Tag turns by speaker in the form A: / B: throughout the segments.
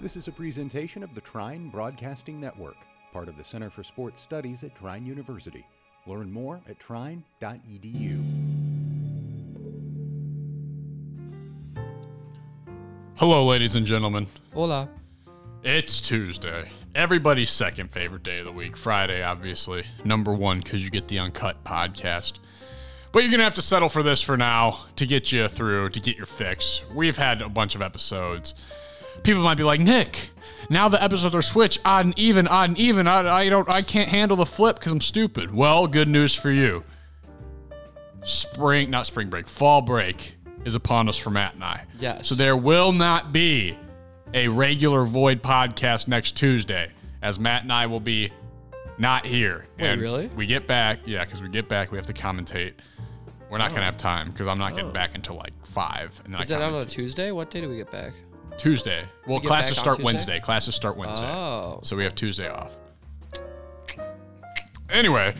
A: This is a presentation of the Trine Broadcasting Network, part of the Center for Sports Studies at Trine University. Learn more at E trine.edu.
B: Hello, ladies and gentlemen.
C: Hola.
B: It's Tuesday. Everybody's second favorite day of the week. Friday, obviously. Number one, because you get the uncut podcast. But you're going to have to settle for this for now to get you through, to get your fix. We've had a bunch of episodes. People might be like, Nick, now the episodes are switched odd and even, odd and even. I, I, don't, I can't handle the flip because I'm stupid. Well, good news for you. Spring, not spring break, fall break is upon us for Matt and I.
C: Yes.
B: So there will not be a regular Void podcast next Tuesday, as Matt and I will be not here.
C: Wait, really?
B: We get back, yeah, because we get back, we have to commentate. We're not gonna have time because I'm not getting back until like five, and then
C: Oh. Is
B: I
C: that out on
B: commentate
C: a Tuesday? What day do we get back?
B: Tuesday. Well,
C: get
B: classes
C: back on
B: start
C: Tuesday?
B: Wednesday. Classes start Wednesday,
C: Oh.
B: so we have Tuesday off. Anyway,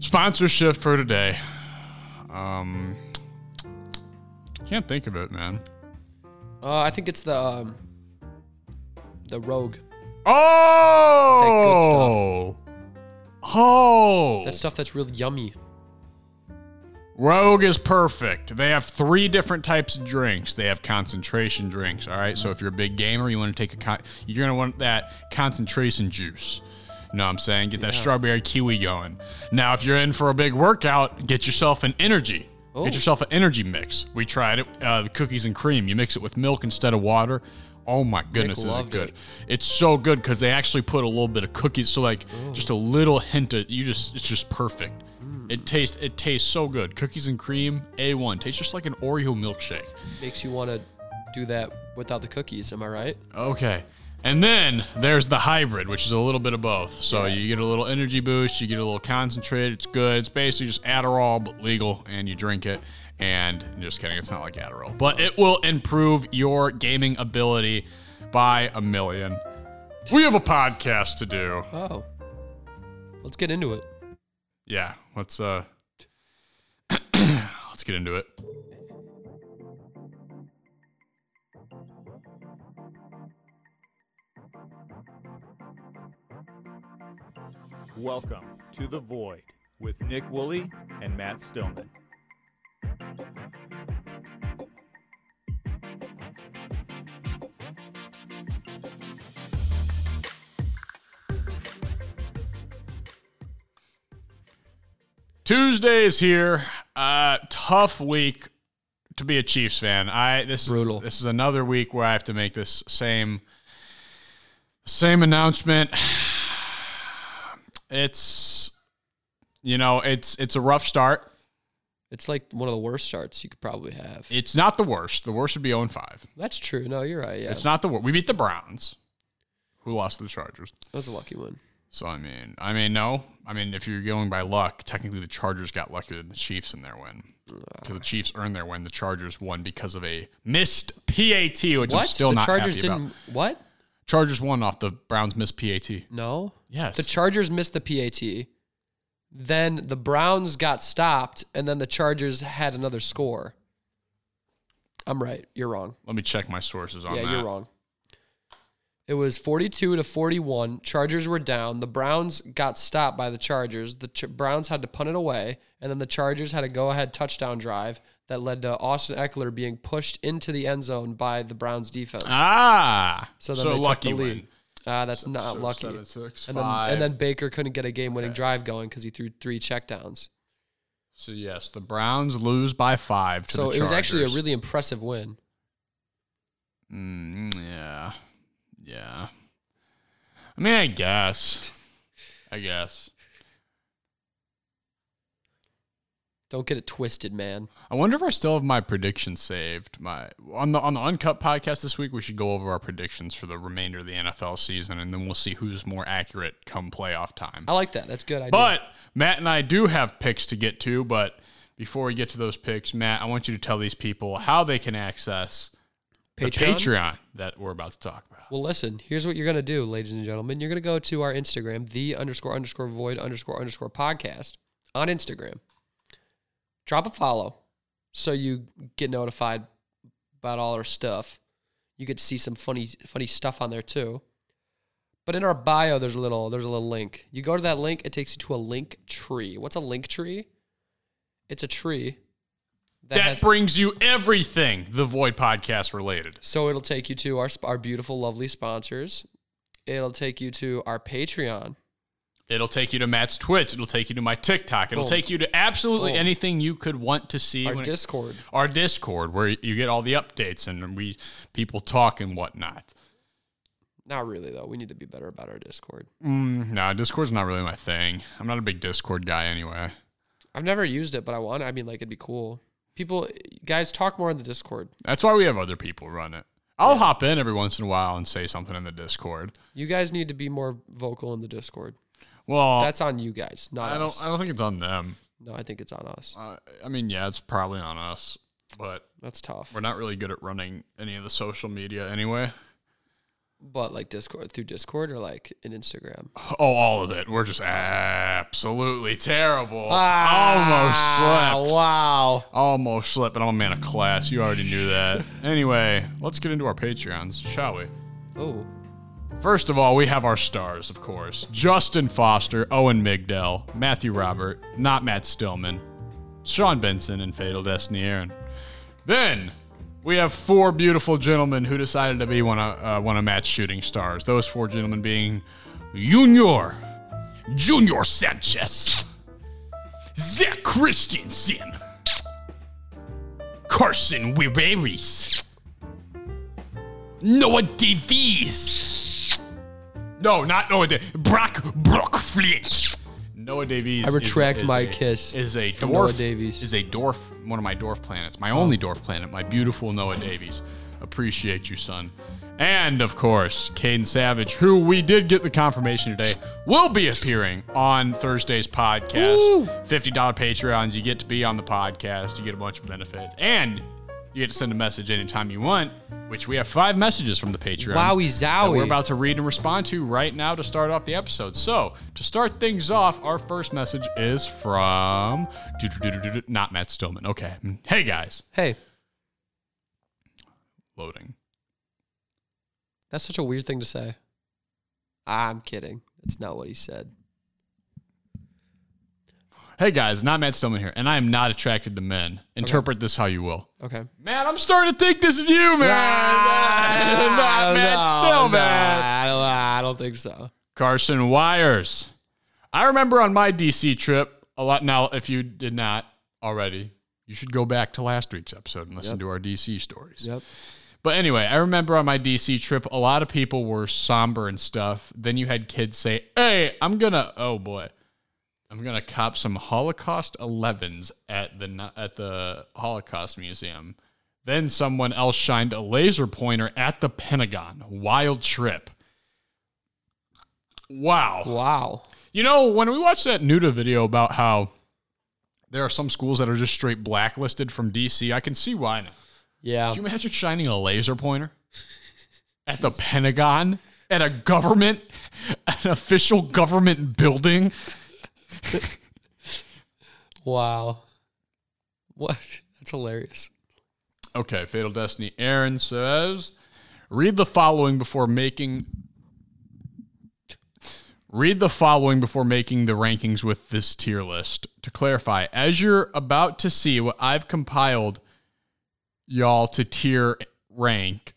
B: sponsorship for today. Um, can't think of it, man.
C: Uh, I think it's the um, the Rogue.
B: Oh, oh,
C: That stuff that's real yummy.
B: Rogue is perfect. They have three different types of drinks. They have concentration drinks. All right, so if you're a big gamer, you want to take a con- you're gonna want that concentration juice. You know what I'm saying? Get that strawberry kiwi going. Now, if you're in for a big workout, get yourself an energy.
C: Oh.
B: Get yourself an energy mix. We tried it. Uh, the cookies and cream. You mix it with milk instead of water. Oh my goodness, is it
C: loved
B: good?
C: it.
B: It's so good because they actually put a little bit of cookies, so like just a little hint of you just it's just perfect. It tastes it tastes so good. Cookies and cream, a one. Tastes just like an Oreo milkshake.
C: Makes you want to do that without the cookies. Am I right?
B: Okay. And then there's the hybrid, which is a little bit of both. So you get a little energy boost, you get a little concentrate. It's good. It's basically just Adderall, but legal, and you drink it. And just kidding, it's not like Adderall, but it will improve your gaming ability by a million. We have a podcast to do.
C: Oh. Let's get into it.
B: Yeah, let's uh, let's get into it.
D: Welcome to The Void with Nick Woolley and Matt Stillman.
B: Tuesday is here. Uh, tough week to be a Chiefs fan. I this
C: Brutal.
B: is this is another week where I have to make this same same announcement. It's you know it's it's a rough start.
C: It's like one of the worst starts you could probably have.
B: It's not the worst. The worst would be 0 5.
C: That's true. No, you're right. Yeah.
B: It's not the worst. We beat the Browns, who lost to the Chargers.
C: that was a lucky one.
B: So I mean, I mean, no, I mean, if you're going by luck, technically the Chargers got luckier than the Chiefs in their win because the Chiefs earned their win. The Chargers won because of a missed PAT, which I'm
C: What?
B: still
C: the
B: not
C: Chargers
B: happy
C: didn't.
B: about.
C: What?
B: Chargers won off the Browns missed PAT.
C: No.
B: Yes,
C: The Chargers missed the PAT. Then the Browns got stopped, and then the Chargers had another score. I'm right. You're wrong.
B: let me check my sources on
C: yeah,
B: that.
C: you're wrong. It was 42 to 41. Chargers were down. The Browns got stopped by the Chargers. The Ch- Browns had to punt it away, and then the Chargers had a go-ahead touchdown drive that led to Austin Eckler being pushed into the end zone by the Browns defense.
B: Ah, so,
C: so then they
B: lucky
C: took the lead.
B: win.
C: Ah, that's not
B: so
C: lucky.
B: seven, six,
C: and, then,
B: five.
C: and then Baker couldn't get a game-winning drive going because he threw three checkdowns.
B: So yes, the Browns lose by five. To
C: So
B: the
C: it was actually a
B: Chargers.
C: really impressive win.
B: Mm, yeah, yeah. I mean, I guess. I guess.
C: Don't get it twisted, man.
B: I wonder if I still have my predictions saved. My on the on the Uncut podcast this week, we should go over our predictions for the remainder of the NFL season, and then we'll see who's more accurate come playoff time.
C: I like that. That's good. I
B: But Matt and I do have picks to get to. But before we get to those picks, Matt, I want you to tell these people how they can access the Patreon that we're about to talk about.
C: Well, listen, here's what you're going to do, ladies and gentlemen. You're going to go to our Instagram, the underscore underscore void underscore underscore podcast on Instagram. Drop a follow so you get notified about all our stuff. You get to see some funny funny stuff on there too. But in our bio, there's a little there's a little link. You go to that link, it takes you to a link tree. What's a link tree? It's a tree
B: That, brings you everything the Void podcast related.
C: so it'll take you to our sp- our beautiful, lovely sponsors. It'll take you to our Patreon.
B: It'll take you to Matt's Twitch. It'll take you to my TikTok. It'll
C: Boom.
B: take you to absolutely
C: Boom.
B: anything you could want to see.
C: Our
B: when it-
C: Discord.
B: our Discord, where you get all the updates and we people talk and whatnot.
C: Not really though. We need to be better about our Discord.
B: Mm, nah, Discord's not really my thing. I'm not a big Discord guy anyway.
C: I've never used it, but I want. I mean, like it'd be cool. People, guys, talk more in the Discord.
B: That's why we have other people run it. I'll hop in every once in a while and say something in the Discord.
C: You guys need to be more vocal in the Discord.
B: Well,
C: That's on you guys, not
B: Oh. I don't.
C: us.
B: I don't think it's on them.
C: no, I think it's on us.
B: Uh, I mean, yeah, it's probably on us, but
C: That's tough.
B: we're not really good at running any of the social media anyway.
C: But like Discord through Discord or like in Instagram.
B: Oh, all of it. We're just absolutely terrible. Almost slipped.
C: Wow.
B: Almost slipped, and I'm a man of class. You already knew that. anyway, let's get into our Patreons, shall we?
C: Oh,
B: First of all, we have our stars, of course. Justin Foster, Owen Migdell, Matthew Robert, not Matt Stillman, Sean Benson, and Fatal Destiny Aaron. Then we have four beautiful gentlemen who decided to be one of, uh, one of Matt's shooting stars. Those four gentlemen being Junior, Junior Sanchez, Zach Christensen, Carson Wiberis, Noah Davies. No, not Noah Davies. Brock Brockflint. Noah Davies.
C: I
B: is-
C: retract
B: is
C: my
B: a-
C: kiss
B: Is a
C: from
B: dwarf.
C: Noah Davies.
B: Is a dwarf. One of my dwarf planets. My only dwarf planet. My beautiful Noah Davies. Appreciate you, son. And of course, Caden Savage, who we did get the confirmation today, will be appearing on Thursday's podcast.
C: Woo!
B: $50 Patreons. You get to be on the podcast. You get a bunch of benefits. And you get to send a message anytime you want, which we have five messages from the Patreon.
C: Wowie
B: that We're
C: zowie.
B: about to read and respond to right now to start off the episode. So, to start things off, our first message is from not Matt Stillman. Okay. Hey, guys.
C: hey,
B: Loading.
C: that's such a weird thing to say. I'm kidding. That's not what he said.
B: Hey, guys. Not Matt Stillman here, and I am not attracted to men. Interpret this how you will.
C: Okay.
B: Man, I'm starting to think this is you, man. not Matt Stillman.
C: I, don't, I don't think so.
B: Carson Wires. I remember on my DC trip a lot. Now, if you did not already, you should go back to last week's episode and listen to our DC stories.
C: Yep.
B: But anyway, I remember on my DC trip, a lot of people were somber and stuff. Then you had kids say, Hey, I'm going to, oh boy. I'm gonna cop some Holocaust 11s at the nu- at the Holocaust Museum. Then someone else shined a laser pointer at the Pentagon. Wild trip. Wow.
C: Wow.
B: You know, when we watched that Nuda video about how there are some schools that are just straight blacklisted from DC, I can see why now.
C: Yeah.
B: Could you imagine shining a laser pointer at the Pentagon, at a government, an official government building?
C: Wow. What? That's hilarious.
B: Okay, Fatal Destiny. Aaron says, read the following before making. Read the following before making the rankings with this tier list. To clarify, as you're about to see what I've compiled, y'all, to tier rank,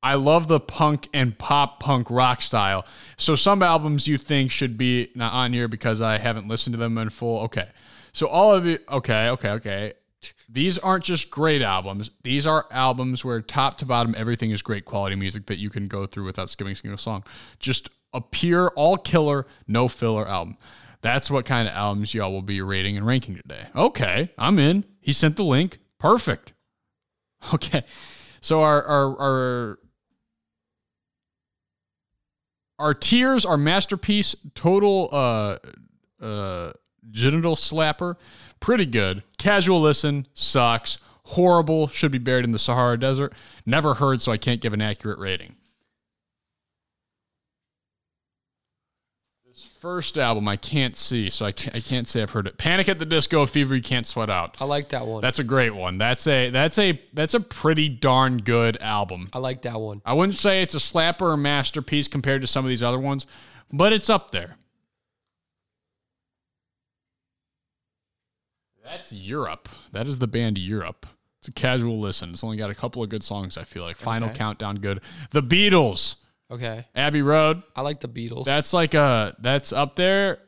B: I love the punk and pop punk rock style. So some albums you think should be not on here because I haven't listened to them in full. Okay. So all of you okay, okay, okay. These aren't just great albums. These are albums where top to bottom everything is great quality music that you can go through without skipping a single song. Just a pure all killer, no filler album. That's what kind of albums y'all will be rating and ranking today. Okay, I'm in. He sent the link. Perfect. Okay. So our our our our tears, our masterpiece, total uh uh genital slapper, pretty good. Casual listen, sucks, horrible, should be buried in the Sahara Desert. Never heard, so I can't give an accurate rating. This first album I can't see, so I can't, I can't say I've heard it. Panic at the Disco, Fever You Can't Sweat Out.
C: I like that one.
B: That's a great one. That's a that's a that's a pretty darn good album.
C: I like that one.
B: I wouldn't say it's a slapper or masterpiece compared to some of these other ones, but it's up there. That's Europe. That is the band Europe. It's a casual listen. It's only got a couple of good songs, I feel like. Final
C: Okay.
B: Countdown, good. The Beatles,
C: Okay.
B: Abbey Road.
C: I like the Beatles.
B: That's like a that's up there.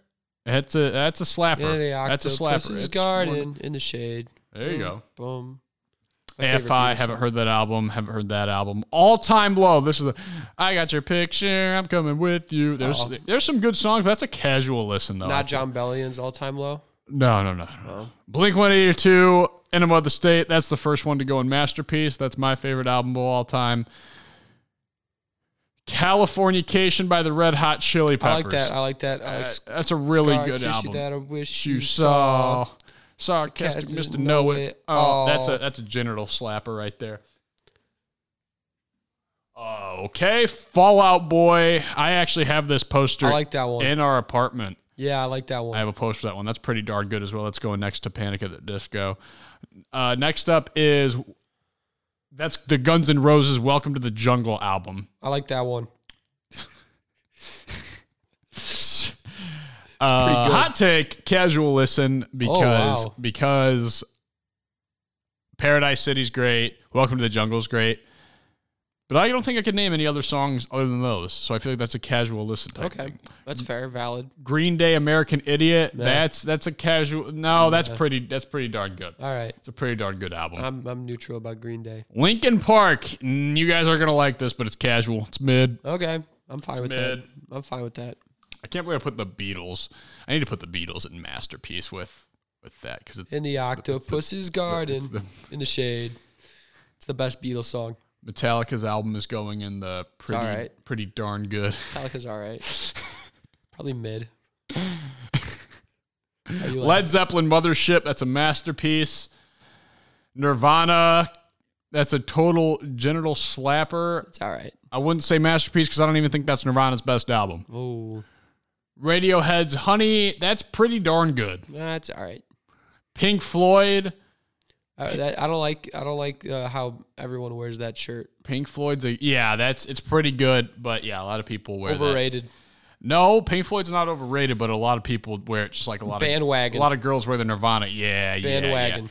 B: That's a that's a slapper.
C: Yeah, the
B: that's a
C: Octopuss's
B: slapper. It's
C: garden
B: one-
C: in the shade.
B: There you
C: Boom,
B: go.
C: Boom. My favorite
B: AFI,
C: Beatles
B: haven't
C: song.
B: heard that album, haven't heard that album. All time low. This is a I got your picture, I'm coming with you. There's
C: Oh.
B: there's some good songs, but that's a casual listen though. I
C: Not
B: think.
C: John Bellion's all time low.
B: No, no, no. no. Blink 182, Enema of the State. That's the first one to go in Masterpiece. That's my favorite album of all time. Californication by the Red Hot Chili
C: I
B: Peppers.
C: like that. I like that. I like
B: Uh, that's a really
C: Scar
B: good
C: Tissue
B: album.
C: That I wish
B: you saw. Sarcastic
C: Sarcastic
B: Mr. Know It. Oh,
C: All.
B: that's a that's a genital slapper right there. Okay, Fallout Boy. I actually have this poster
C: I like that one.
B: in our apartment.
C: yeah, I like that
B: I
C: one.
B: have a poster for that one. That's pretty darn good as well. That's going next to Panic at the Disco. Uh, next up is that's the Guns N' Roses Welcome to the Jungle album.
C: I like that one.
B: Uh,
C: good.
B: hot take, casual listen because
C: Oh, wow.
B: because Paradise City's great, Welcome to the Jungle's great, but I don't think I could name any other songs other than those. So I feel like that's a casual listen type
C: Okay,
B: thing.
C: that's fair, valid.
B: Green Day, American Idiot,
C: Nah.
B: that's that's a casual. No, that's pretty that's pretty darn good.
C: All right,
B: It's a pretty darn good album.
C: I'm I'm neutral about Green Day.
B: Lincoln Park, mm, you guys are gonna like this, but it's casual. It's mid.
C: Okay, I'm fine with that.
B: mid.
C: I'm fine with that.
B: I can't believe I put the Beatles. I need to put the Beatles in masterpiece with with that because it's
C: In the octopus's garden, in the shade. It's the best Beatles song.
B: Metallica's album is going in the pretty
C: alright.
B: pretty darn good.
C: Metallica's all right. Probably mid. Are you
B: Led
C: laughing?
B: Zeppelin Mothership, that's a masterpiece. Nirvana, that's a total genital slapper.
C: It's all right.
B: I wouldn't say masterpiece because I don't even think that's Nirvana's best album.
C: Oh,
B: Radiohead's Honey, that's pretty darn good.
C: that's all right.
B: Pink Floyd,
C: I, that, I don't like. I don't like uh, how everyone wears that shirt.
B: Pink Floyd's a yeah, that's it's pretty good, but yeah, a lot of people wear that.
C: Overrated.
B: No, Pink Floyd's not overrated, but a lot of people wear it just like a lot
C: Bandwagon.
B: of a lot of girls wear the Nirvana. Yeah, yeah, yeah.
C: Bandwagon.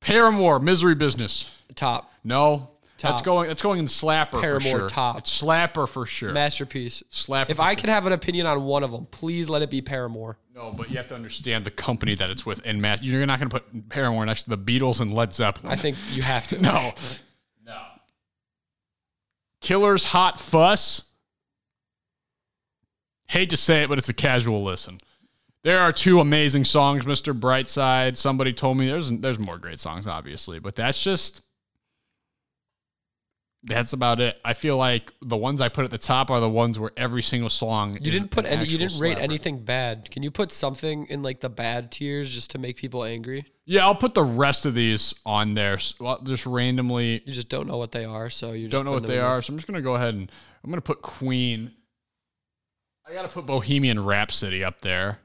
B: Paramore, Misery Business.
C: Top.
B: No. That's
C: Top.
B: going that's going in slapper for
C: Paramore,
B: sure.
C: top.
B: It's slapper for sure.
C: Masterpiece.
B: slapper.
C: If
B: for
C: I
B: sure.
C: could have an opinion on one of them, please let it be Paramore.
B: No, but you have to understand the company that it's with and Matt you're not gonna put Paramore next to the Beatles and Led Zeppelin.
C: I think you have to.
B: no. No. Killer's Hot Fuss. Hate to say it, but it's a casual listen. There are two amazing songs, Mr. Brightside. Somebody told me there's there's more great songs, obviously, but that's just that's about it. I feel like the ones I put at the top are the ones where every single song
C: You
B: is
C: didn't put
B: an
C: any. You
B: actual
C: didn't rate
B: slapper.
C: anything bad. Can you put something in like the bad tiers just to make people angry?
B: Yeah, I'll put the rest of these on there, s- well, just randomly
C: You just don't know what they are, so you just
B: don't know
C: putting
B: what they
C: them in.
B: are, so I'm just gonna go ahead and I'm gonna put Queen. I gotta put Bohemian Rhapsody up there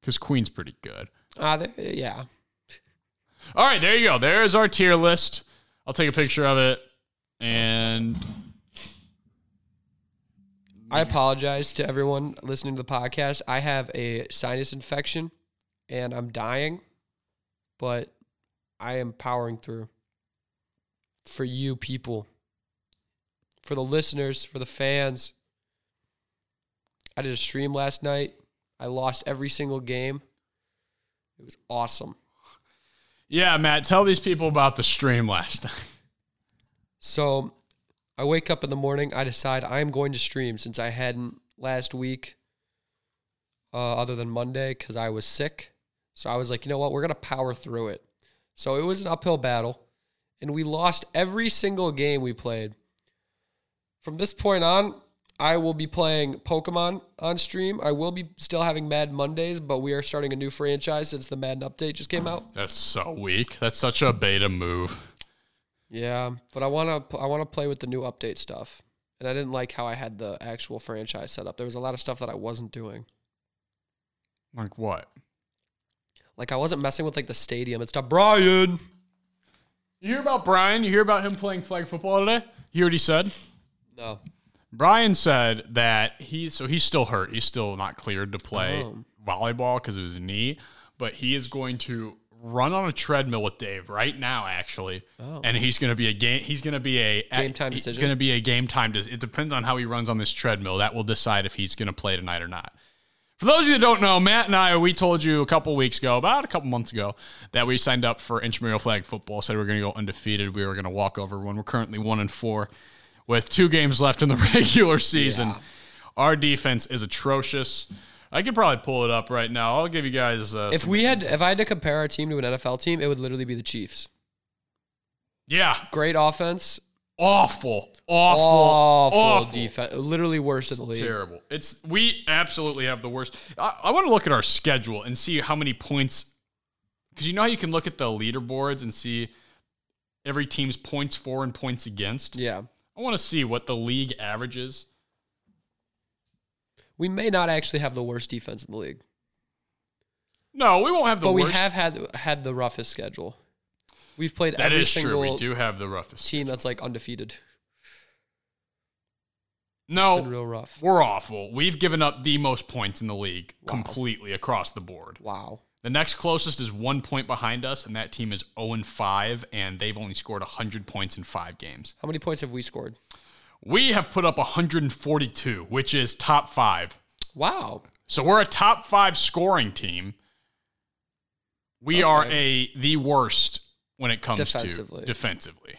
B: because Queen's pretty good.
C: Ah, they- yeah.
B: All right, there you go. There is our tier list. I'll take a picture of it, and
C: I apologize to everyone listening to the podcast. I have a sinus infection, and I'm dying, but I am powering through. For you people, for the listeners, for the fans. I did a stream last night. I lost every single game. It was awesome.
B: yeah, Matt, tell these people about the stream last night.
C: So I wake up in the morning. I decide I'm going to stream since I hadn't last week, uh, other than Monday, because I was sick. So I was like, you know what? We're going to power through it. So it was an uphill battle, and we lost every single game we played. From this point on, I will be playing Pokemon on stream. I will be still having Mad Mondays, but we are starting a new franchise since the Madden update just came out.
B: That's so weak. That's such a beta move.
C: Yeah, but I want to I want to play with the new update stuff. and I didn't like how I had the actual franchise set up. There was a lot of stuff that I wasn't doing.
B: Like what?
C: Like I wasn't messing with like the stadium and stuff. Brian,
B: You hear about Brian? You hear about him playing flag football today? You already said.
C: no,
B: Brian said that he so he's still hurt. He's still not cleared to play
C: Oh.
B: volleyball because of his knee, but he is going to run on a treadmill with Dave right now, actually.
C: Oh.
B: And he's going to be a game. He's going to be a
C: Game time
B: It's
C: decision?
B: going to be a game time. de- It depends on how he runs on this treadmill. That will decide if he's going to play tonight or not. For those of you that don't know, Matt and I, we told you a couple weeks ago, about a couple months ago, that we signed up for intramural flag football. Said we were going to go undefeated. We were going to walk over one. We're currently one and four, with two games left in the regular season. Our defense is atrocious. I could probably pull it up right now. I'll give you guys. Uh,
C: if
B: some-
C: we had, if I had to compare our team to an NFL team, it would literally be the Chiefs.
B: yeah,
C: Great offense,
B: awful, awful,
C: awful,
B: awful,
C: defense, literally worse in the league.
B: Terrible. It's we absolutely have the worst. I, I want to look at our schedule and see how many points, because you know how you can look at the leaderboards and see every team's points for and points against.
C: Yeah,
B: I want to see what the league averages.
C: we may not actually have the worst defense in the league,
B: No, we won't have the
C: but
B: worst.
C: we have had had the roughest schedule. We've played
B: that
C: every
B: is true. We
C: single
B: do have the roughest.
C: team that's like undefeated. It's been
B: no,
C: real rough.
B: we're awful. We've given up the most points in the league completely across the board.
C: Wow.
B: The next closest is one point behind us, and that team is 0 and 5, and they've only scored 100 points in five games.
C: How many points have we scored?
B: We have put up 142, which is top five.
C: Wow.
B: So we're a top five scoring team. We are a the worst when it comes
C: Defensively.
B: to defensively.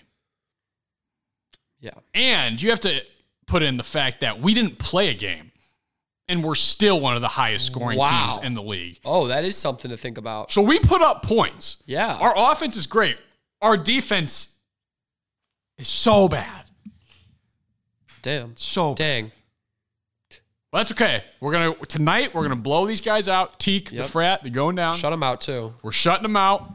C: Yeah.
B: And you have to put in the fact that we didn't play a game, and we're still one of the highest scoring
C: Wow.
B: teams in the league.
C: Oh, that is something to think about.
B: So we put up points.
C: Yeah.
B: Our offense is great. Our defense is so bad.
C: Damn.
B: So bad.
C: Dang.
B: Well, that's okay. We're gonna tonight. We're gonna blow these guys out. Teak,
C: Yep.
B: the frat, they're going down.
C: Shut him out too.
B: We're shutting them out.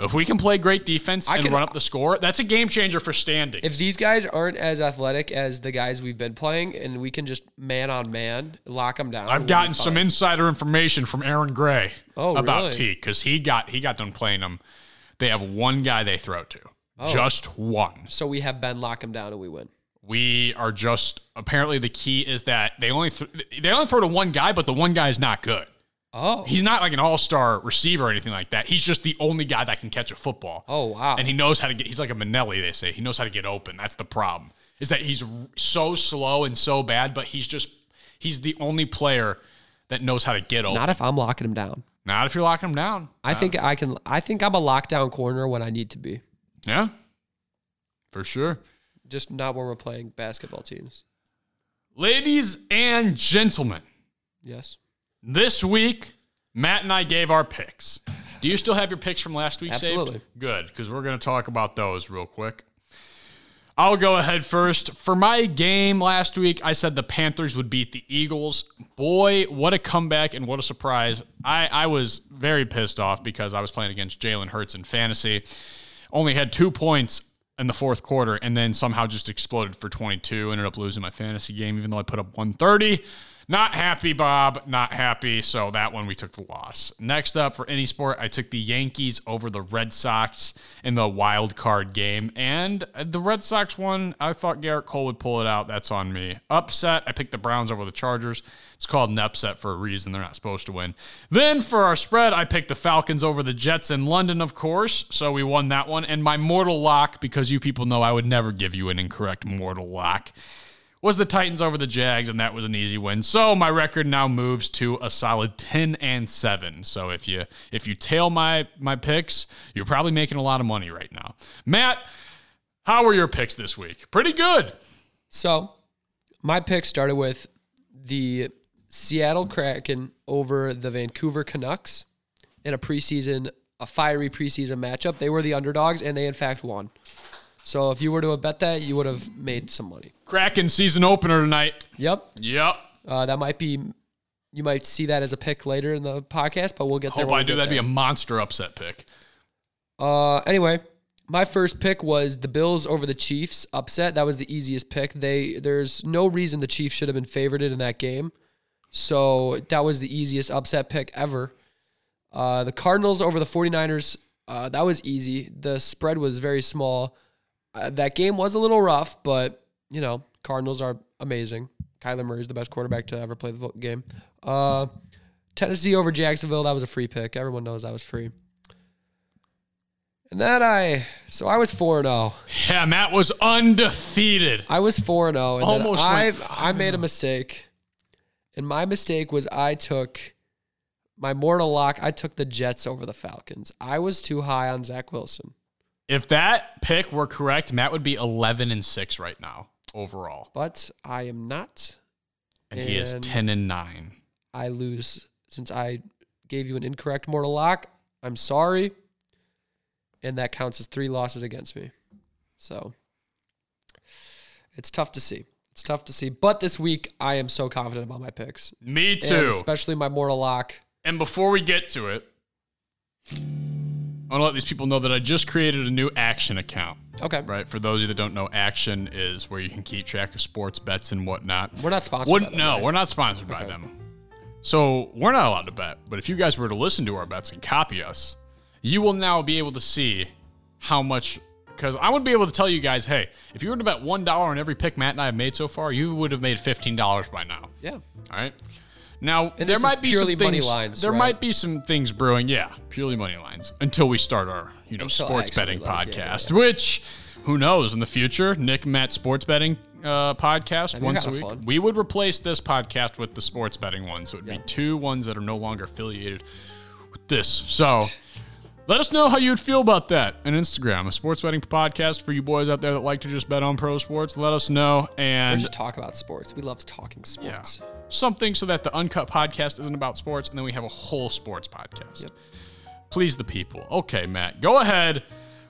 B: If we can play great defense
C: I
B: and
C: can-
B: run up the score, that's a game changer for standing.
C: If these guys aren't as athletic as the guys we've been playing, and we can just man on man lock them down, we'll
B: I've
C: be
B: gotten
C: fine.
B: some insider information from Aaron Gray
C: Oh,
B: about
C: really?
B: Teak because he got he got done playing them. They have one guy they throw to,
C: Oh.
B: just one.
C: So we have Ben lock him down, and we win.
B: We are just apparently the key is that they only th- they only throw to one guy, but the one guy is not good.
C: Oh.
B: He's not like an all star receiver or anything like that. He's just the only guy that can catch a football.
C: oh wow.
B: and he knows how to get. He's like a Manelli, they say. He knows how to get open. That's the problem. Is that he's r- so slow and so bad, but he's just he's the only player that knows how to get open. Not,
C: Not if I'm locking him down.
B: if you're locking him down.
C: I think I can. I think I'm a lockdown corner when I need to be.
B: Yeah, for sure.
C: Just not when we're playing basketball teams.
B: Ladies and gentlemen,
C: Yes.
B: this week Matt and I gave our picks. Do you still have your picks from last week?
C: Absolutely.
B: Saved? Good, because we're going to talk about those real quick. I'll go ahead first. For my game last week, I said the Panthers would beat the Eagles. Boy, what a comeback and what a surprise. I, I was very pissed off because I was playing against Jalen Hurts in fantasy. Only had two points in the fourth quarter and then somehow just exploded for 22. Ended up losing my fantasy game, even though I put up 130. Not happy, Bob. Not happy. So that one we took the loss. Next up for any sport, I took the Yankees over the Red Sox in the wild card game. And the Red Sox one, I thought Garrett Cole would pull it out. That's on me. Upset, I picked the Browns over the Chargers. It's called an upset for a reason. They're not supposed to win. Then for our spread, I picked the Falcons over the Jets in London, of course. So we won that one. And my mortal lock, because you people know I would never give you an incorrect mortal lock was the Titans over the Jags, and that was an easy win. So my record now moves to a solid ten and seven. So if you if you tail my my picks, you're probably making a lot of money right now. Matt, how were your picks this week? Pretty good.
C: So, my pick started with the Seattle Kraken over the Vancouver Canucks in a preseason, a fiery preseason matchup. They were the underdogs, and they in fact won. So, if you were to have bet that, you would have made some money.
B: Kraken season opener tonight.
C: Yep,
B: Yep.
C: uh, that might be. You might see that as a pick later in the podcast, but we'll get there.
B: Hope
C: when
B: I
C: we
B: do.
C: get
B: That'd be
C: there.
B: a monster upset pick.
C: Uh, anyway, My first pick was the Bills over the Chiefs upset. That was the easiest pick. They there's no reason the Chiefs should have been favored in that game. So that was the easiest upset pick ever. Uh, the Cardinals over the 49ers, uh, that was easy. The spread was very small. Uh, that game was a little rough, but you know, Cardinals are amazing. Kyler Murray is the best quarterback to ever play the vo- game. Uh, Tennessee over Jacksonville, that was a free pick. Everyone knows that was free. And that I so I was 4 and 0.
B: Yeah, Matt was undefeated.
C: I was 4 and 0 and then
B: Almost
C: I
B: went oh.
C: I made a mistake. And my mistake was I took my mortal lock, I took the Jets over the Falcons. I was too high on Zach Wilson.
B: If that pick were correct, Matt would be 11 and 6 right now overall.
C: But I am not.
B: And, he is
C: And-
B: 10 and 9.
C: I lose since I gave you an incorrect mortal lock. I'm sorry. And that counts as three losses against me. So it's tough to see. It's tough to see. But this week, I am so confident about my picks.
B: Me
C: And
B: too.
C: especially my mortal lock.
B: And before we get to it, I want to let these people know that I just created a new action account.
C: Okay.
B: Right? For those of you that don't know, action is where you can keep track of sports bets and whatnot.
C: We're not sponsored.
B: Wouldn't-
C: by them,
B: no,
C: right?
B: we're not sponsored by them. So we're not allowed to bet. But if you guys were to listen to our bets and copy us, you will now be able to see how much. Because I would be able to tell you guys, hey, if you were to bet one dollar on every pick Matt and I have made so far, you would have made fifteen dollars by now.
C: Yeah.
B: All right. Now
C: And
B: there
C: this is
B: might be some
C: purely
B: things,
C: money lines,
B: There
C: right?
B: might be some things brewing. Yeah, purely money lines until we start our you know
C: Until
B: sports
C: actually,
B: betting
C: like,
B: podcast,
C: yeah, yeah,
B: which who knows in the future, Nick and Matt sports betting uh, podcast
C: be
B: once a
C: kinda
B: week.
C: fun.
B: We would replace this podcast with the sports betting one, so it'd be two ones that are no longer affiliated with this. So. Let us know how you'd feel about that on Instagram, a sports betting podcast for you boys out there that like to just bet on pro sports. Let us know
C: We
B: and
C: just talk about sports. We love talking sports.
B: something so that the Uncut podcast isn't about sports, and then we have a whole sports podcast.
C: Yep.
B: Please the people. Okay, Matt, go ahead.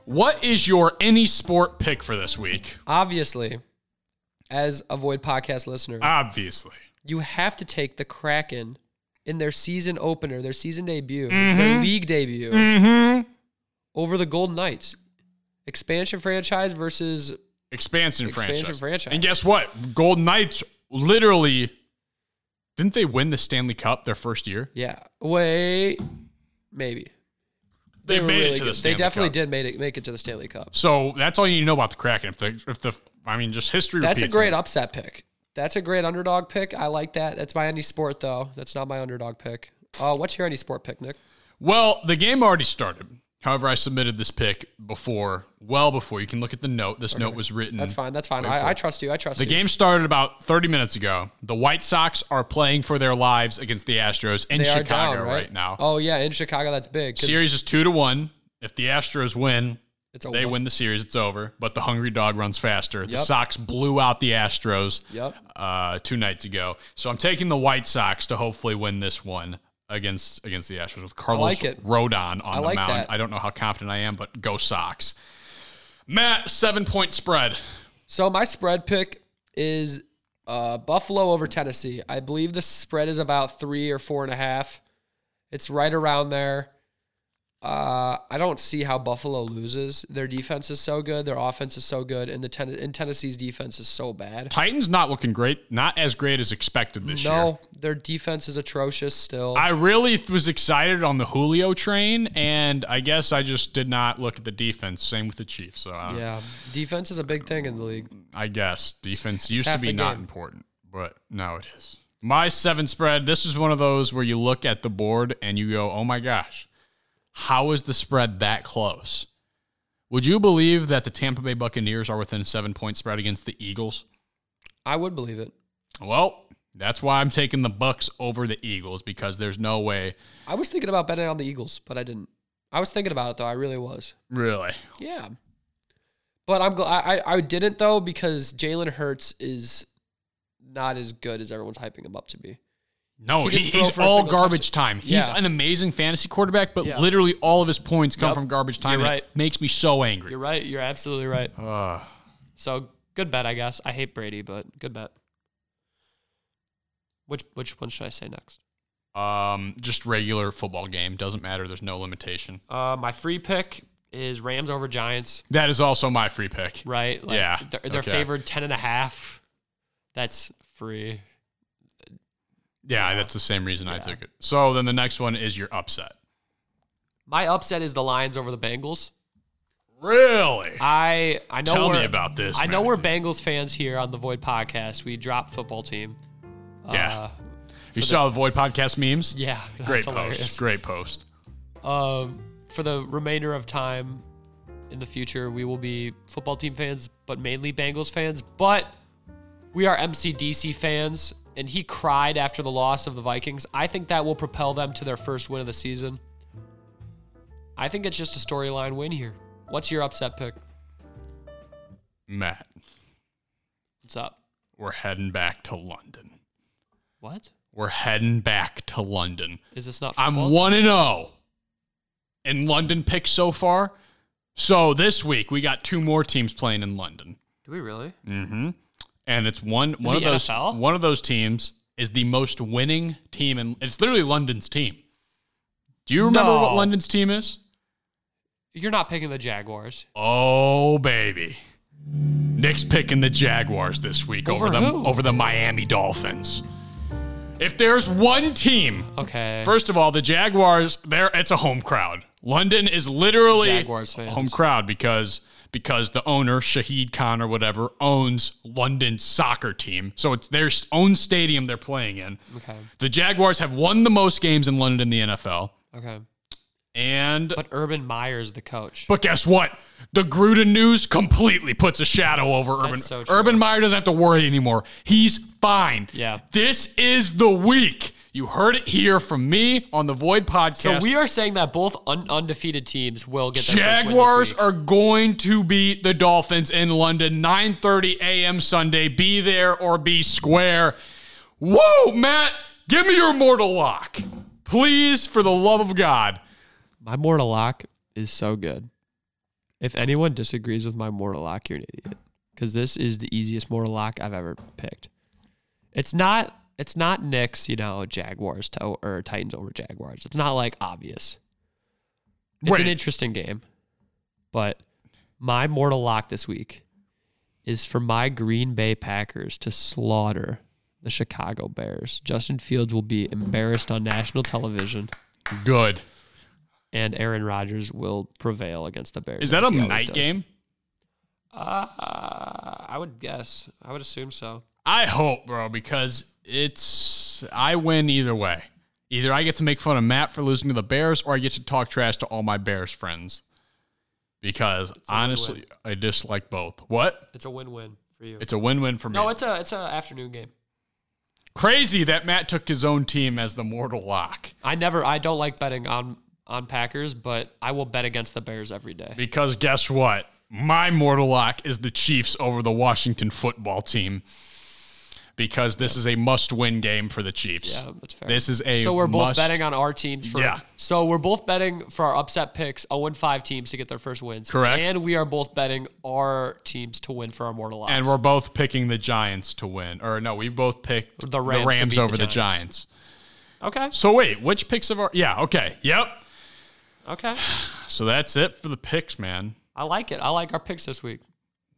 B: What is your any sport pick for this week?
C: Obviously, as a Void podcast listener,
B: Uh, Obviously.
C: you have to take the Kraken in their season opener, their season debut,
B: Mm-hmm.
C: their league debut over the Golden Knights. Expansion franchise versus
B: Expansion,
C: Expansion
B: franchise.
C: franchise.
B: And guess what? Golden Knights literally didn't they win the Stanley Cup their first year?
C: yeah, wait, maybe
B: They,
C: were
B: made
C: really
B: it to
C: good.
B: the Stanley
C: They definitely
B: Cup.
C: did made it make it to the Stanley Cup.
B: So that's all you need to know about the Kraken. If the if the I mean just history
C: That's a
B: repeats
C: great
B: itself.
C: upset pick. That's a great underdog pick. I like that. That's my any sport though. That's not my underdog pick. Uh, what's your any sport pick, Nick?
B: Well, the game already started. However, I submitted this pick before, well before. You can look at the note. This note was written.
C: That's fine. That's fine. I, I trust you. I trust
B: The
C: you.
B: game started about 30 minutes ago. The White Sox are playing for their lives against the Astros in
C: They are
B: Chicago
C: down,
B: right? now.
C: Oh yeah, in Chicago, that's big. 'cause
B: Series is two to one. If the Astros win,
C: It's a
B: they
C: one-
B: win the series. It's over. But the hungry dog runs faster. The
C: Yep.
B: Sox blew out the Astros
C: Yep.
B: uh, two nights ago. So I'm taking the White Sox to hopefully win this one against against the Astros with Carlos
C: like it.
B: Rodon on the
C: like
B: mound.
C: that.
B: I don't know how confident I am, but go Sox. Matt, seven point spread.
C: So my spread pick is uh, Buffalo over Tennessee. I believe the spread is about three or four and a half. It's right around there. Uh, I don't see how Buffalo loses. Their defense is so good. Their offense is so good, and the ten- and Tennessee's defense is so bad.
B: Titans not looking great. Not as great as expected this year.
C: No, their defense is atrocious still.
B: I really th- was excited on the Julio train, and I guess I just did not look at the defense. Same with the Chiefs. So I,
C: yeah, defense is a big thing in the league.
B: I guess defense used to
C: half
B: be
C: the
B: not
C: game.
B: important, but now it is. My seven spread. This is one of those where you look at the board and you go, "Oh my gosh, how is the spread that close?" Would you believe that the Tampa Bay Buccaneers are within a seven point spread against the Eagles?
C: I would believe it.
B: Well, that's why I'm taking the Bucks over the Eagles because there's no way,
C: I was thinking about betting on the Eagles, but I didn't. I was thinking about it though. I really was.
B: really.
C: Yeah. But I'm glad I, I didn't though because Jalen Hurts is not as good as everyone's hyping him up to be.
B: No,
C: He
B: he
C: didn't throw
B: he's
C: for a
B: all
C: single
B: garbage
C: touchdown.
B: time. He's
C: Yeah.
B: an amazing fantasy quarterback, but
C: Yeah.
B: literally all of his points come
C: Yep.
B: from garbage time.
E: You're
B: and it
E: right.
B: makes me so angry.
E: You're right. You're absolutely right.
B: Ugh.
E: So good bet, I guess. I hate Brady, but good bet. Which which one should I say next?
B: um, just regular football game doesn't matter. There's no limitation.
E: Uh, my free pick
C: is Rams over Giants,
B: That is also my free pick.
C: right?
B: Yeah,
C: They're, they're
B: okay.
C: favored 10 and a half. That's free.
B: Yeah, that's the same reason I took it. So then the next one is your upset.
C: My upset is the Lions over the Bengals.
B: Really?
C: Uh, I I know
B: Tell
C: we're,
B: me about this,
C: I know we're
B: Matthew.
C: Bengals fans here on the Void Podcast. We drop football team.
B: Yeah.
C: Uh,
B: you saw the Void Podcast memes?
C: yeah. that's
B: Great
C: hilarious.
B: post. Great post.
C: Um, for the remainder of time in the future, we will be football team fans, but mainly Bengals fans. But we are MCDC fans, and he cried after the loss of the Vikings. I think that will propel them to their first win of the season. I think it's just a storyline win here. What's your upset pick?
B: Matt,
C: What's up?
B: we're heading back to London.
C: What?
B: We're heading back to London.
C: Is this not
B: I'm
C: football?
B: 1 and 0 in London picks so far. So this week we got two more teams playing in London.
C: Do we really?
B: Mm-hmm. And it's one one of
C: the
B: those
C: NFL?
B: one of those teams is the most winning team and it's literally London's team. Do you remember what
C: No.
B: London's team is?
C: You're not picking the Jaguars.
B: Oh baby. Nick's picking the Jaguars this week over, the
C: Over who?
B: over the Miami Dolphins. If there's one team
C: Okay.
B: First of all, the Jaguars, there it's a home crowd. London is literally
C: Jaguars
B: a
C: fans.
B: home crowd because because the owner, Shahid Khan or whatever, owns London's soccer team. So it's their s- own stadium they're playing in.
C: okay.
B: The Jaguars have won the most games in London in the NFL.
C: Okay.
B: And but,
C: But Urban Meyer's the coach.
B: guess what? The Gruden news completely puts a shadow over Urban.
C: That's so true.
B: Urban Meyer doesn't have to worry anymore. He's fine.
C: Yeah.
B: This is the week. You heard it here from me on the Void podcast.
C: So we are saying that both un- undefeated teams will get their
B: Jaguars
C: first win this week.
B: are going to beat the Dolphins in London, 9:30 a.m. Sunday. Be there or be square. Whoa, Matt, give me your mortal lock, please, for the love of God.
C: My mortal lock is so good. If anyone disagrees with my mortal lock, you're an idiot. Because this is the easiest mortal lock I've ever picked. It's not. It's not Knicks, you know, Jaguars to, or Titans over Jaguars. It's not like obvious. It's
B: Wait.
C: an interesting game, but my mortal lock this week is for my Green Bay Packers to slaughter the Chicago Bears. Justin Fields will be embarrassed on national television,
B: Good.
C: and Aaron Rodgers will prevail against the Bears.
B: Is that
C: as
B: a
C: he always
B: night
C: does.
B: game?
C: Uh, I would guess. I would assume so.
B: I hope, bro, because it's I win either way. Either I get to make fun of Matt for losing to the Bears, or I get to talk trash to all my Bears friends. Because honestly, I dislike both. What?
C: It's a win-win for you.
B: It's a win-win for me.
C: no, it's a it's a afternoon game.
B: Crazy that Matt took his own team as the mortal lock
C: I never. I don't like betting on on Packers, but I will bet against the Bears every day.
B: because guess what? My mortal lock is the Chiefs over the Washington football team because this is a must-win game for the Chiefs.
C: Yeah, that's fair.
B: This is a
C: so we're both
B: must-
C: betting on our teams. For,
B: Yeah.
C: So we're both betting for our upset picks, zero and five teams to get their first wins.
B: Correct.
C: And we are both betting our teams to win for our mortal locks.
B: And we're both picking the Giants to win. Or no, we both picked
C: The Rams to beat the
B: over the Giants.
C: Giants. okay.
B: So wait, which picks of our Yeah, okay. Yep.
C: Okay.
B: So that's it for the picks, man.
C: I like it. I like our picks this week.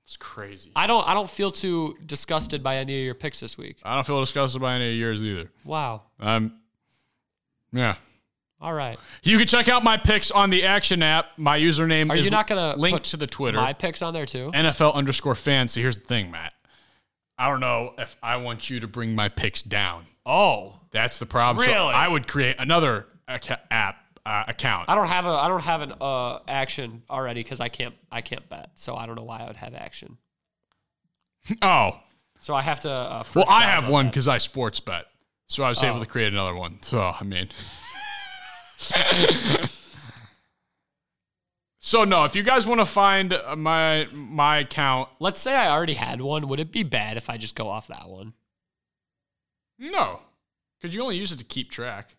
B: It's crazy.
C: I don't. I don't feel too disgusted by any of your picks this week.
B: I don't feel disgusted by any of yours either.
C: Wow.
B: Um yeah.
C: All right.
B: You can check out my picks on the Action app. My username
C: Are
B: is
C: you not gonna put
B: linked to the Twitter
C: My picks on there too.
B: NFL underscore fan. So here's the thing, Matt. I don't know if I want you to bring my picks down.
C: Oh.
B: That's the problem. So
C: Really?
B: I would create another acca- app uh, account.
C: I don't have a. I don't have an uh action already because I can't. I can't bet. So I don't know why I would have action.
B: Oh,
C: So I have to. Uh,
B: well,
C: first
B: I
C: download
B: have one
C: that. Oh.
B: because I sports bet. So I was able to create another one. So I mean. So no, if you guys want to find uh, my my account,
C: Let's say I already had one. Would it be bad if I just go off that one?
B: No, because you only use it to keep track.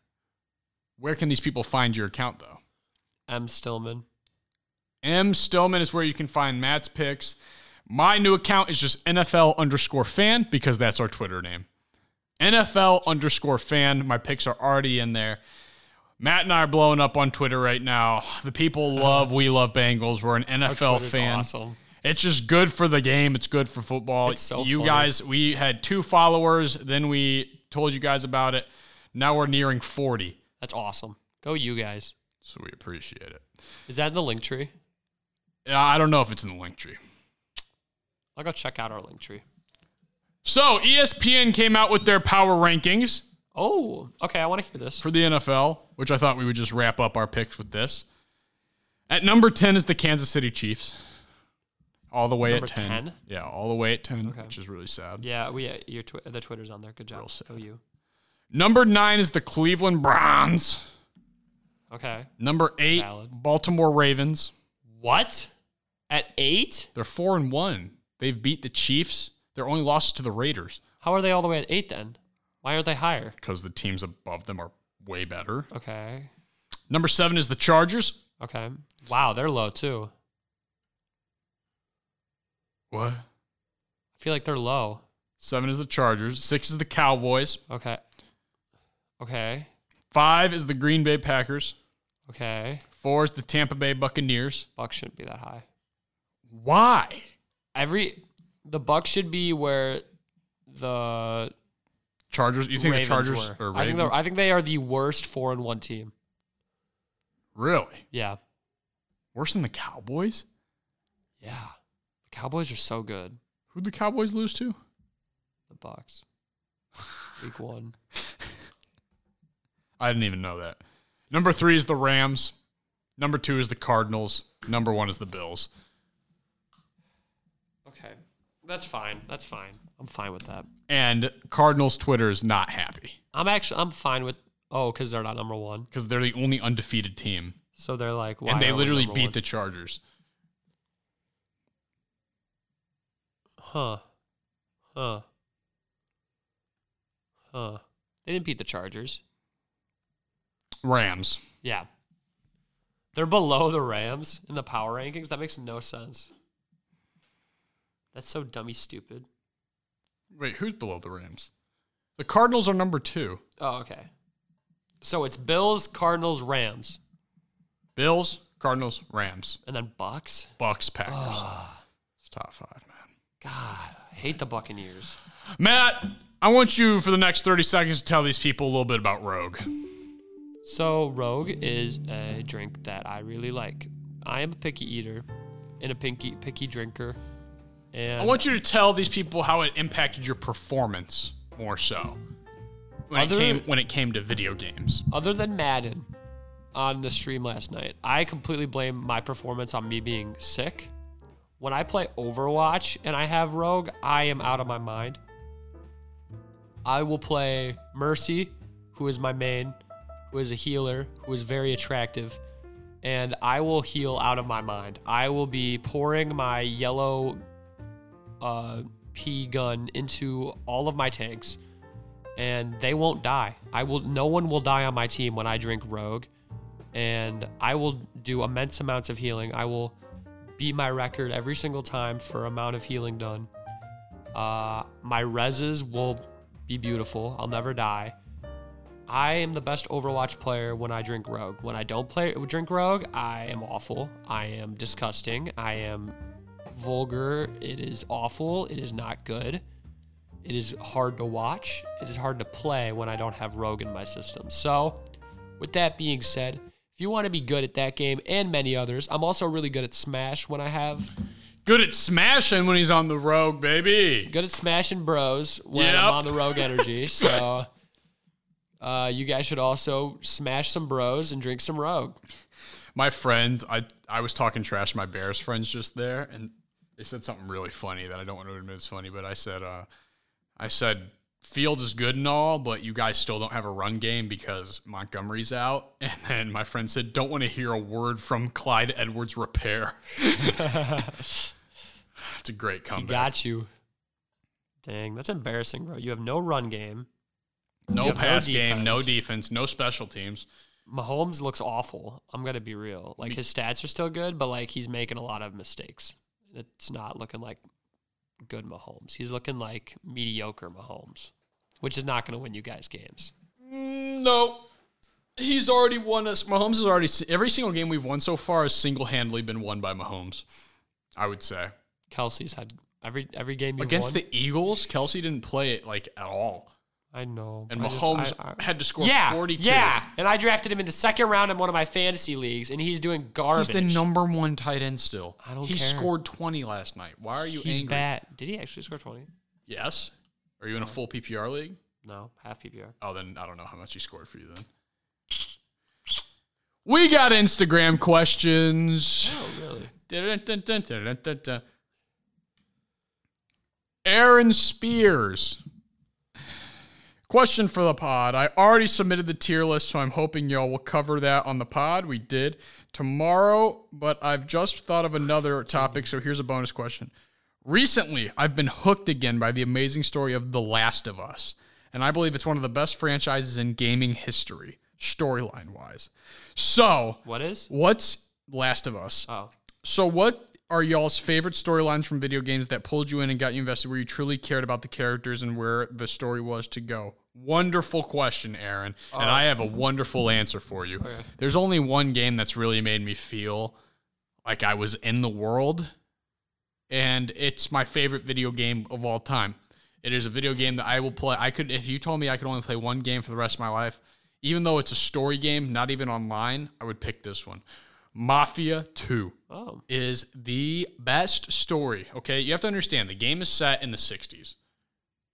B: Where can these people find your account, though?
C: M Stillman.
B: M Stillman is where you can find Matt's picks. My new account is just NFL underscore fan because that's our Twitter name. NFL underscore fan. My picks are already in there. Matt and I are blowing up on Twitter right now. The people love We Love Bengals. We're an NFL
C: Twitter's
B: fan.
C: awesome.
B: It's just good for the game. It's good for football.
C: It's so
B: you
C: funny.
B: guys, we had two followers. Then we told you guys about it. Now we're nearing 40.
C: That's awesome. Go you guys.
B: So we appreciate it.
C: Is that in the link tree?
B: Uh, I don't know if it's in the link tree.
C: I'll go check out our link tree.
B: So E ESPN came out with their power rankings
C: Oh, okay. I want to hear this.
B: for the NFL, which I thought we would just wrap up our picks with this. At number 10 is the Kansas City Chiefs. All the way
C: Number
B: at 10.
C: 10?
B: Yeah, all the way at 10, which is really sad.
C: Yeah, we uh, your twi- the Twitter's on there. Good job. Go you.
B: Number 9 is the Cleveland Browns.
C: Okay.
B: Number 8,
C: Valid.
B: Baltimore Ravens.
C: What? At eight?
B: They're 4 and 1. They've beat the Chiefs. They're only lost to the Raiders
C: How are they all the way at eight then? Why aren't they higher?
B: because the teams above them are way better.
C: Okay.
B: Number 7 is the Chargers.
C: Okay. Wow, they're low too.
B: What?
C: I feel like they're low.
B: Seven is the Chargers. Six is the Cowboys.
C: Okay. Okay.
B: Five is the Green Bay Packers.
C: Okay.
B: Four is the Tampa Bay Buccaneers.
C: Bucks shouldn't be that high.
B: Why?
C: Every the Bucks should be where the
B: Chargers. You think
C: Ravens
B: the Chargers
C: were.
B: or Ravens?
C: I think they're- I think they are the worst four and one team.
B: really
C: Yeah.
B: worse than the Cowboys.
C: Yeah. The Cowboys are so good.
B: Who'd the Cowboys lose to?
C: The Bucks. Week one.
B: I didn't even know that. Number three is the Rams. Number two is the Cardinals. Number one is the Bills.
C: Okay. That's fine. That's fine. I'm fine with that.
B: And Cardinals Twitter is not happy
C: I'm actually I'm fine with oh, because they're not number one.
B: because they're the only undefeated team,
C: So they're like, why
B: and they
C: are we
B: literally
C: number
B: beat
C: one?
B: the Chargers.
C: Huh. Huh. Huh. They didn't beat the Chargers.
B: Rams.
C: Yeah. They're below the Rams in the power rankings. That makes no sense. That's so dummy stupid.
B: Wait, who's below the Rams? The Cardinals are number two.
C: Oh, okay. So it's Bills, Cardinals, Rams,
B: Bills, Cardinals, Rams,
C: and then Bucks.
B: Bucks, Packers. It's top five, man.
C: God, I hate the Buccaneers.
B: Matt, I want you for the next 30 seconds to tell these people a little bit about Rogue.
C: So, Rogue is a drink that I really like. I am a picky eater and a pinky picky drinker. And
B: I want you to tell these people how it impacted your performance more so when
C: Other-
B: it came when it came to video games.
C: other than Madden on the stream last night, I completely blame my performance on me being sick. When I play Overwatch and I have Rogue, I am out of my mind. I will play Mercy, who is my main, who is a healer, who is very attractive, and I will heal out of my mind. I will be pouring my yellow uh, P gun into all of my tanks and they won't die. I will no one will die on my team when I drink Rogue and I will do immense amounts of healing. I will beat my record every single time for amount of healing done. Uh, my reses will be beautiful. I'll never die. I am the best Overwatch player when I drink Rogue. When I don't play drink Rogue, I am awful. I am disgusting. I am vulgar. It is awful. It is not good. It is hard to watch. It is hard to play when I don't have Rogue in my system. So, with that being said, if you want to be good at that game and many others, I'm also really good at Smash when I have
B: Good at smashing when he's on the Rogue, baby.
C: good at smashing bros when
B: Yep.
C: I'm on the Rogue Energy. So, uh, you guys should also smash some bros and drink some Rogue.
B: My friend, I I was talking trash to my Bears friends just there, and they said something really funny that I don't want to admit is funny, but I said, uh, I said Fields is good and all, but you guys still don't have a run game because Montgomery's out. And then my friend said, don't want to hear a word from Clyde Edwards repair. It's a great
C: He
B: comeback.
C: got you. Dang, that's embarrassing, bro. You have no run game.
B: no
C: you have no
B: pass game, no
C: defense.
B: defense, no special teams.
C: Mahomes looks awful. I'm gonna be real. Like his stats are still good, but like he's making a lot of mistakes. It's not looking like good Mahomes. He's looking like mediocre Mahomes, which is not gonna win you guys games.
B: Mm, No. He's already won us. Mahomes has already every single game we've won so far has single handedly been won by Mahomes. I would say
C: Kelsey's had every every game you
B: against
C: won.
B: the Eagles, Kelsey didn't play it like at all,
C: I know.
B: and
C: I just-
B: Mahomes
C: I- I-
B: had to score
C: yeah,
B: forty-two.
C: yeah. And I drafted him in the second round in one of my fantasy leagues, and he's doing
B: He's
C: garbage.
B: the number one tight end still.
C: I don't
B: He
C: care.
B: scored twenty last night. Why are you
C: He's
B: angry?
C: bad. Did he actually score twenty?
B: Yes. Are you in a full PPR league?
C: No, half PPR.
B: Oh, then I don't know how much he scored for you then. We got Instagram questions.
C: Oh, really?
B: Aaron Spears. Question for the pod. I already submitted the tier list, so I'm hoping y'all will cover that on the pod. We did tomorrow, but I've just thought of another topic, so here's a bonus question. Recently, I've been hooked again by the amazing story of The Last of Us, and I believe it's one of the best franchises in gaming history, storyline wise. So,
C: What is?
B: what's Last of Us?
C: Oh,
B: So, what are y'all's favorite storylines from video games that pulled you in and got you invested, where you truly cared about the characters and where the story was to go? Wonderful question, Aaron. and I have a wonderful answer for you. There's only one game that's really made me feel like I was in the world, and it's my favorite video game of all time. It is a video game that I will play. I could, if you told me I could only play one game for the rest of my life, even though it's a story game, not even online, I would pick this one. Mafia 2
C: oh,
B: is the best story. Okay, you have to understand the game is set in the '60s,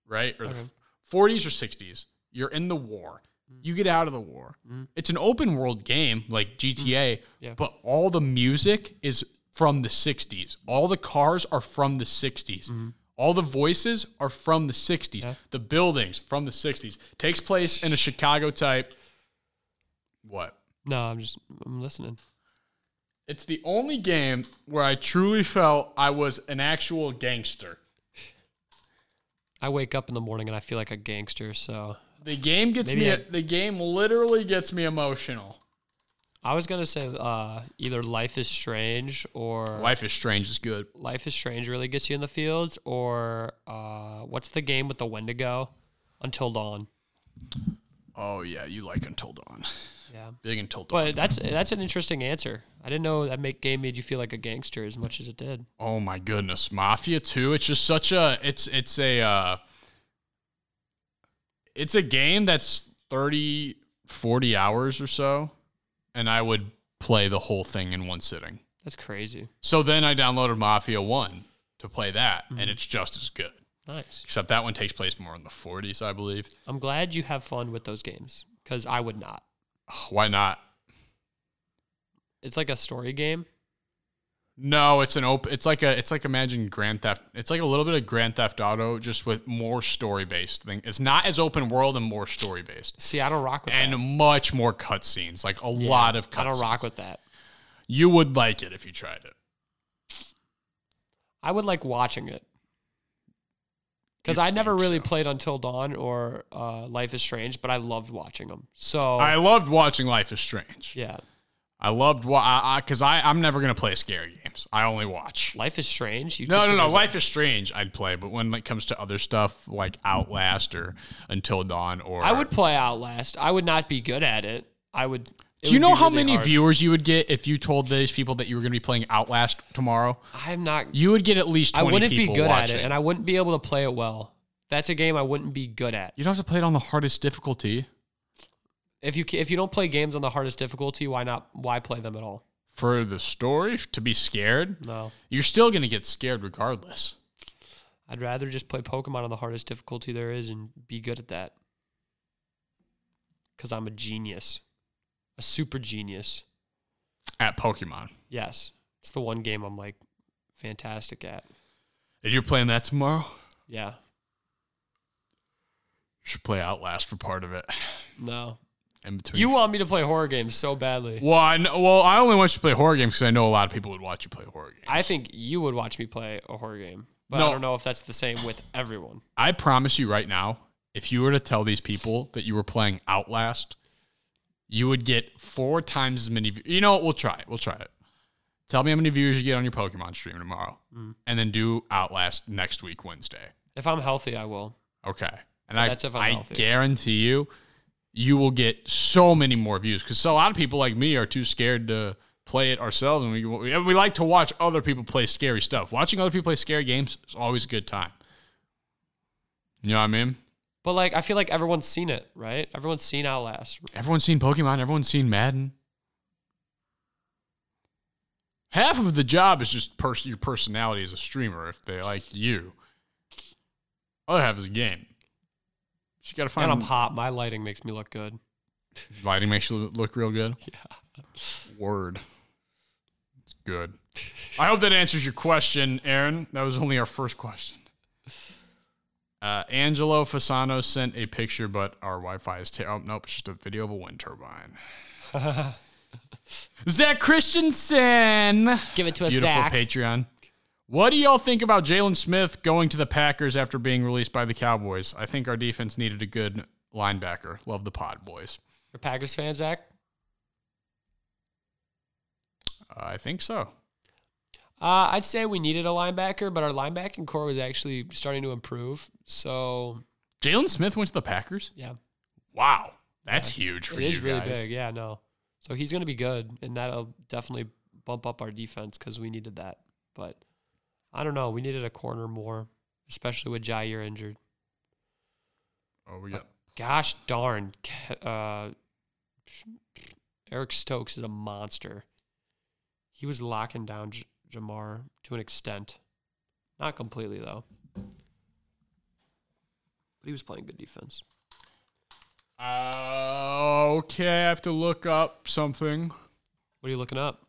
B: right, or the '40s or '60s. You're in the war. You get out of the war. It's an open world game like GTA,
C: Yeah.
B: but all the music is from the '60s. All the cars are from the '60s. All the voices are from the '60s. The buildings from the '60s. Takes place in a Chicago type. What?
C: no, I'm just I'm listening.
B: It's the only game where I truly felt I was an actual gangster.
C: I wake up in the morning and I feel like a gangster. So
B: The game gets
C: Maybe
B: me.
C: I-
B: the game literally gets me emotional.
C: I was gonna say uh, either Life is Strange or
B: Life is Strange is good.
C: Life is Strange really gets you in the fields, or uh, what's the game with the Wendigo? Until Dawn.
B: Oh yeah, you like Until Dawn.
C: Yeah.
B: Big Until Dawn.
C: But that's that's an interesting answer. I didn't know that make game made you feel like a gangster as much as it did.
B: oh my goodness, Mafia Two. It's just such a. It's it's a. Uh, it's a game that's 30, 40 hours or so, and I would play the whole thing in one sitting.
C: That's crazy.
B: So then I downloaded Mafia One to play that,
C: Mm-hmm.
B: and it's just as good.
C: Nice.
B: except that one takes place more in the 40s, I believe.
C: I'm glad you have fun with those games because I would not.
B: Why not?
C: It's like a story game.
B: No, it's an open. It's like a. It's like imagine Grand Theft. It's like a little bit of Grand Theft Auto, just with more story based thing. It's not as open world and more story based,
C: See, I don't rock with
B: and
C: that.
B: much more cutscenes. Like a
C: Yeah,
B: lot of
C: I don't rock
B: cutscenes.
C: with that.
B: You would like it if you tried it.
C: I would like watching it because I never really played Until Dawn or uh, Life is Strange, but I loved watching them. So
B: I loved watching Life is Strange.
C: yeah,
B: I loved wa- I I because I, I am never gonna play scary games. I only watch.
C: Life is Strange. You
B: No, no,
C: consider
B: no.
C: that-
B: Life is Strange. I'd play, but when it comes to other stuff like Outlast or Until Dawn or
C: I would play Outlast. I would not be good at it. I would. it
B: Do you
C: would
B: know
C: be
B: how
C: really
B: many
C: hard.
B: viewers you would get if you told these people that you were going to be playing Outlast tomorrow?
C: I'm not.
B: You would get at least
C: I
B: 20
C: wouldn't be
B: people
C: good
B: watching.
C: at it, and I wouldn't be able to play it well. That's a game I wouldn't be good at.
B: you don't have to play it on the hardest difficulty.
C: If you ca- if you don't play games on the hardest difficulty, why not? Why play them at all?
B: For the story to be scared,
C: No,
B: you're still going to get scared regardless.
C: I'd rather just play Pokemon on the hardest difficulty there is and be good at that. Cause I'm a genius, a super genius.
B: At Pokemon.
C: Yes, it's the one game I'm like fantastic at.
B: If you're playing that tomorrow, you
C: Yeah.
B: should play Outlast for part of it.
C: No.
B: In between.
C: You want me to play horror games so badly.
B: well, I know, well, I only want you to play horror games because I know a lot of people would watch you play horror games.
C: I think you would watch me play a horror game, but
B: No.
C: I don't know if that's the same with everyone.
B: I promise you right now, if you were to tell these people that you were playing Outlast, you would get four times as many. view- You know what? We'll try it. We'll try it. Tell me how many views you get on your Pokemon stream tomorrow, and then do Outlast next week Wednesday.
C: If I'm healthy, I will.
B: Okay. And
C: But
B: I,
C: that's if I'm
B: I
C: healthy.
B: guarantee you, you will get so many more views. Because a lot of people like me are too scared to play it ourselves, and we and we like to watch other people play scary stuff. Watching other people play scary games is always a good time. You know what I mean?
C: But like, I feel like everyone's seen it, right? Everyone's seen Outlast.
B: Everyone's seen Pokemon. Everyone's seen Madden. Half of the job is just pers- your personality as a streamer. If they like you, other half is a game. You got to find.
C: And I'm hot. My lighting makes me look good.
B: Lighting makes you look real good. Yeah. Word. It's good. I hope that answers your question, Aaron. That was only our first question. Uh, Angelo Fasano sent a picture, but our Wi-Fi is terrible. Oh, nope, it's just a video of a wind turbine. Zach Christensen,
F: Give it to us,
B: beautiful
F: Zach.
B: Patreon. What do y'all think about Jalen Smith going to the Packers after being released by the Cowboys? I think our defense needed a good linebacker. Love the pod, boys.
C: You're a Packers fan, Zach?
B: I think so.
C: Uh, I'd say we needed a linebacker, but our linebacking core was actually starting to improve. So
B: Jalen Smith went to the Packers.
C: yeah,
B: Wow, that's huge for
C: it
B: you
C: is really
B: guys.
C: big. Yeah, no. So he's going to be good, and that'll definitely bump up our defense because we needed that. But I don't know. We needed a corner more, especially with Jair injured.
B: Oh, we got
C: Gosh darn, Ke- uh, Eric Stokes is a monster. He was locking down J- Jamar to an extent, not completely though. But he was playing good defense.
B: Uh, okay, I have to look up something.
C: What are you looking up?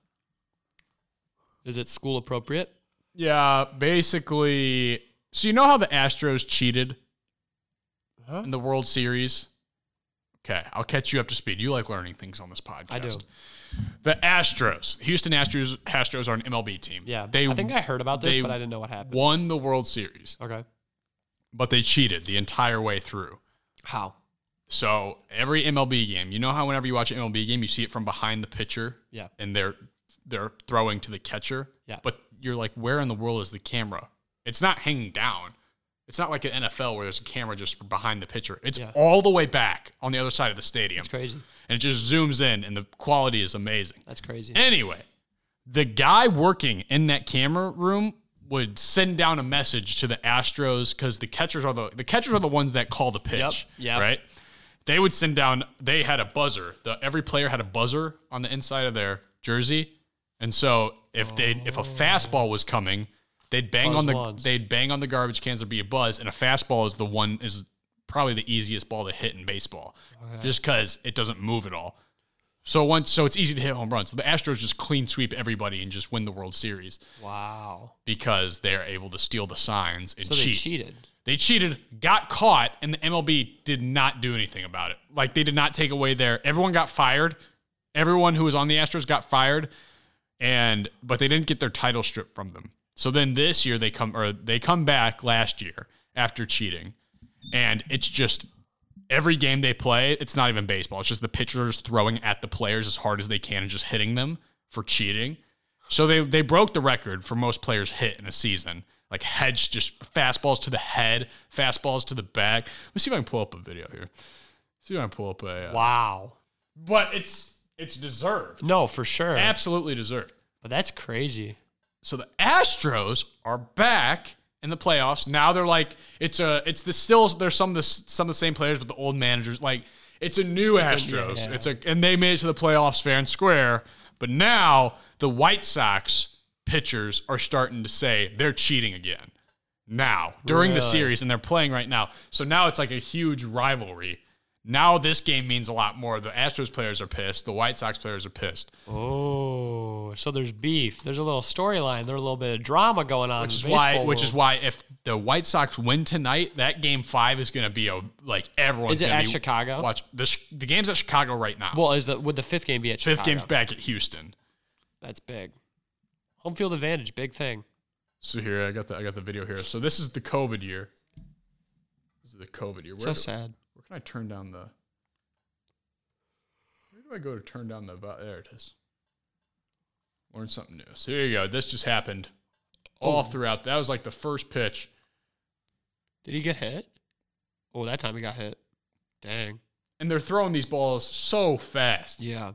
C: Is it school appropriate?
B: Yeah, basically. So you know how the Astros cheated in the World Series? Okay, I'll catch you up to speed. You like learning things on this podcast.
C: I do.
B: The Astros, the Houston Astros, Astros are an MLB team.
C: Yeah,
B: they.
C: I think I heard about this,
B: they
C: but I didn't know what happened.
B: won the World Series,
C: Okay,
B: but they cheated the entire way through.
C: how?
B: So every MLB game, you know how whenever you watch an MLB game, you see it from behind the pitcher,
C: Yeah.
B: and they're they're throwing to the catcher,
C: Yeah.
B: But you're like, where in the world is the camera? It's not hanging down. It's not like an NFL where there's a camera just behind the pitcher. It's
C: Yeah.
B: all the way back on the other side of the stadium,
C: That's crazy.
B: and it just zooms in, and the quality is amazing.
C: That's crazy.
B: Anyway, the guy working in that camera room would send down a message to the Astros because the catchers are the the catchers are the ones that call the pitch.
C: yep.
B: Right. They would send down. They had a buzzer. The, every player had a buzzer on the inside of their jersey, and so if they if a fastball was coming, they'd bang
C: Buzz
B: on the
C: once.
B: they'd bang on the garbage cans. There'd be a buzz, and a fastball is the one is probably the easiest ball to hit in baseball, just because it doesn't move at all. So once, so it's easy to hit home runs. So the Astros just clean sweep everybody and just win the World Series
C: Wow.
B: because they're able to steal the signs and
C: So they
B: cheat.
C: cheated.
B: They cheated, got caught, and the MLB did not do anything about it. Like they did not take away their. Everyone got fired. Everyone who was on the Astros got fired, and but they didn't get their title stripped from them. So then this year they come or they come back last year after cheating, and it's just every game they play. It's not even baseball. It's just the pitchers throwing at the players as hard as they can and just hitting them for cheating. So they they broke the record for most players hit in a season. Like heads, just fastballs to the head, fastballs to the back. Let me see if I can pull up a video here. See if I can pull up a. Uh,
C: Wow.
B: But it's it's deserved,
C: No, for sure.
B: absolutely deserved.
C: but that's crazy.
B: So the Astros are back in the playoffs. Now they're like it's a it's the still there's some of the some of the same players, but the old managers like it's a new Astros.
C: yeah.
B: It's a and they made it to the playoffs fair and square. But now the White Sox pitchers are starting to say they're cheating again. Now during the
C: Really?
B: series, and they're playing right now. So now it's like a huge rivalry. Now this game means a lot more. The Astros players are pissed. The White Sox players are pissed.
C: Oh, so there's beef. There's a little storyline. There's a little bit of drama going on.
B: which
C: in
B: is
C: the
B: why
C: baseball
B: which is
C: world.
B: why if the White Sox win tonight, that game five is going to be a like everyone's
C: Is it
B: gonna
C: at
B: be-
C: Chicago?
B: Watch the sh- the game's at Chicago right now.
C: Well, is the would the fifth game be at
B: Fifth
C: Chicago?
B: game's back at Houston.
C: That's big. Home field advantage, big thing.
B: So here I got the I got the video here. So this is the COVID year. This is the COVID year. Where,
C: so
B: do-
C: sad.
B: where can I turn down the? Where do I go to turn down the? vo- There it is. Learn something new. So here you go. This just happened. All throughout. That was like the first pitch.
C: Did he get hit? Oh, that time he got hit. Dang.
B: And they're throwing these balls so fast.
C: Yeah.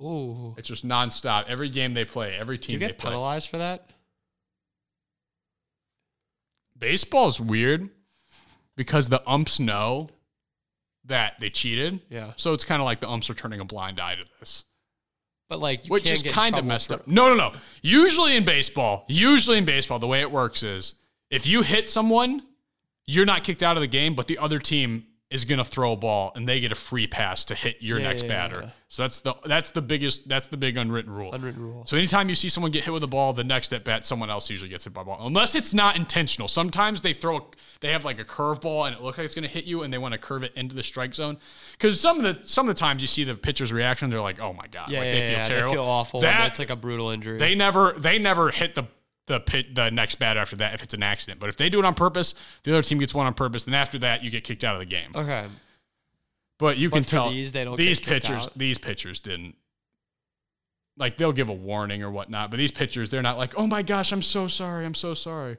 C: Ooh.
B: It's just nonstop. Every game they play, every
C: Do you
B: team they
C: get
B: play.
C: penalized for that?
B: Baseball's weird because the umps know that they cheated.
C: Yeah.
B: So it's kind of like the umps are turning a blind eye to this,
C: But like, you
B: which
C: can't
B: is
C: get in
B: kind of
C: trouble
B: messed
C: for-
B: up. No, no, no. Usually in baseball, usually in baseball, the way it works is if you hit someone, you're not kicked out of the game, but the other team is going to throw a ball and they get a free pass to hit your
C: Yeah,
B: next
C: yeah, yeah,
B: batter.
C: yeah.
B: So that's the that's the biggest that's the big unwritten rule.
C: Unwritten rule.
B: So anytime you see someone get hit with a ball, the next at bat, someone else usually gets hit by a ball, unless it's not intentional. Sometimes they throw, a, they have like a curveball and it looks like it's going to hit you, and they want to curve it into the strike zone. Because some of the some of the times you see the pitcher's reaction, they're like, "Oh my god,
C: Yeah,
B: like,
C: yeah,
B: they
C: yeah,
B: feel
C: yeah.
B: terrible.
C: They feel awful. when
B: That-
C: That's like a brutal injury.
B: they never they never hit the the pit the next bat after that if it's an accident. But if they do it on purpose, the other team gets one on purpose. Then after that, you get kicked out of the game.
C: okay.
B: But you
C: But
B: can
C: for
B: tell
C: these, they don't
B: these
C: get kicked
B: pitchers
C: out.
B: these pitchers didn't like they'll give a warning or whatnot, but these pitchers they're not like, oh my gosh, I'm so sorry, I'm so sorry.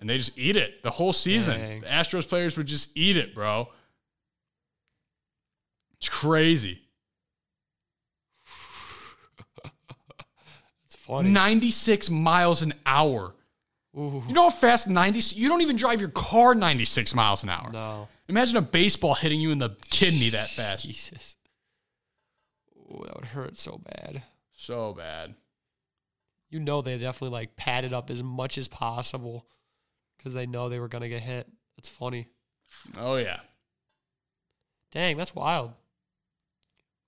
B: And they just eat it the whole season.
C: Dang.
B: The Astros players would just eat it, bro. It's crazy.
C: It's funny.
B: 96 miles an hour.
C: Ooh.
B: You know how fast 90 you don't even drive your car 96 miles an hour.
C: No.
B: Imagine a baseball hitting you in the kidney that fast.
C: Jesus. Ooh, that would hurt so bad.
B: So bad.
C: You know they definitely like padded up as much as possible because they know they were gonna get hit. That's funny.
B: Oh yeah.
C: Dang, that's wild.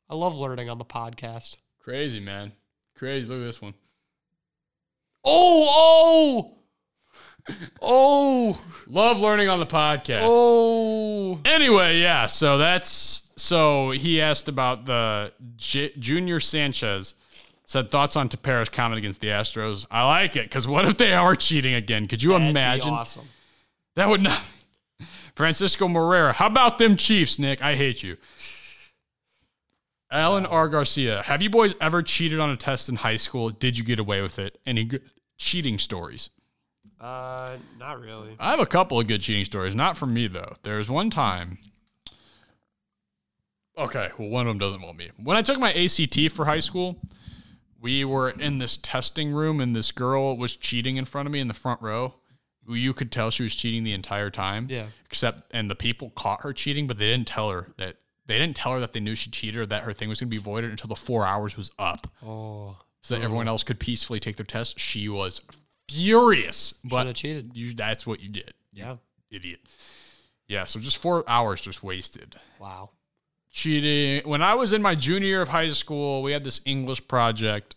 C: I love learning on the podcast.
B: Crazy, man. Crazy. Look at this one.
C: Oh, oh, oh,
B: Love learning on the podcast.
C: oh.
B: Anyway, yeah. So that's so he asked about the J- Junior Sanchez said thoughts on Tapera's comment against the Astros. I like it because what if they are cheating again? Could you
C: That'd be
B: imagine?
C: awesome.
B: That would not. Francisco Morera. How about them Chiefs, Nick? I hate you. Alan R. Garcia. Have you boys ever cheated on a test in high school? Did you get away with it? Any good cheating stories?
C: Uh, not really.
B: I have a couple of good cheating stories. Not from me though. There was one time. Okay, well, one of them doesn't want me. When I took my ACT for high school, we were in this testing room, and this girl was cheating in front of me in the front row. You could tell she was cheating the entire time.
C: Yeah.
B: Except, and the people caught her cheating, but they didn't tell her that they didn't tell her that they knew she cheated or that her thing was going to be voided until the four hours was up,
C: Oh,
B: so that everyone else could peacefully take their test. She was furious,
C: should have
B: but
C: cheated.
B: you, that's what you did. You
C: Yeah.
B: idiot. Yeah, so just four hours just wasted.
C: Wow.
B: Cheating. When I was in my junior year of high school, we had this English project.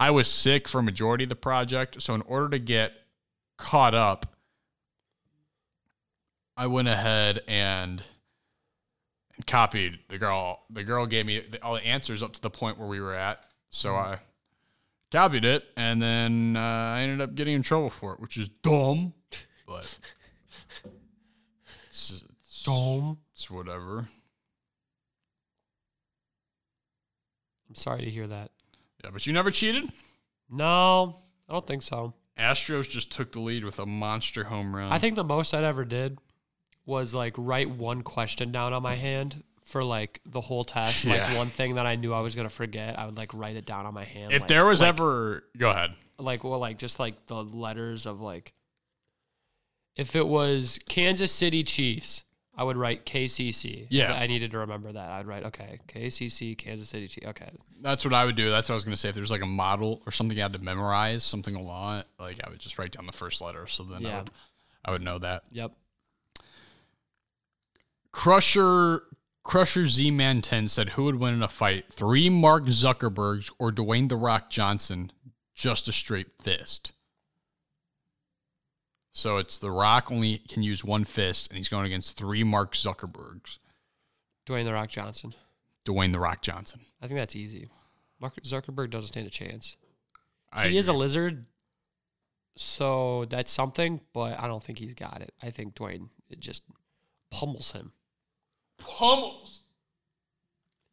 B: I was sick for majority of the project, so in order to get caught up, I went ahead and and copied the girl. The girl gave me the, all the answers up to the point where we were at, so I copied it, and then uh, I ended up getting in trouble for it, which is dumb, but it's, it's-
C: Dome.
B: it's whatever.
C: I'm sorry to hear that.
B: Yeah, but you never cheated.
C: No, I don't think so.
B: Astros just took the lead with a monster home run.
C: I think the most I'd ever did was like write one question down on my hand for like the whole test. Like
B: Yeah.
C: one thing that I knew I was gonna forget, I would like write it down on my hand.
B: if
C: like,
B: there was ever, go ahead.
C: like well like just like the letters of like if it was Kansas City Chiefs, I would write KCC. If
B: Yeah.
C: I needed to remember that. I'd write okay, KCC, Kansas City Chiefs. Okay.
B: That's what I would do. That's what I was gonna say. If there was like a model or something I had to memorize, something a lot, like I would just write down the first letter, so then I
C: Yeah.
B: would, I would know that.
C: Yep.
B: Crusher Crusher Z Man 10 said, Who would win in a fight? Three Mark Zuckerbergs or Dwayne The Rock Johnson? Just a straight fist. So it's The Rock only can use one fist, and he's going against three Mark Zuckerbergs.
C: Dwayne the Rock Johnson.
B: Dwayne The Rock Johnson.
C: I think that's easy. Mark Zuckerberg doesn't stand a chance.
B: I
C: he is a
B: agree.
C: lizard, so that's something. But I don't think he's got it. I think Dwayne it just pummels him.
B: pummels.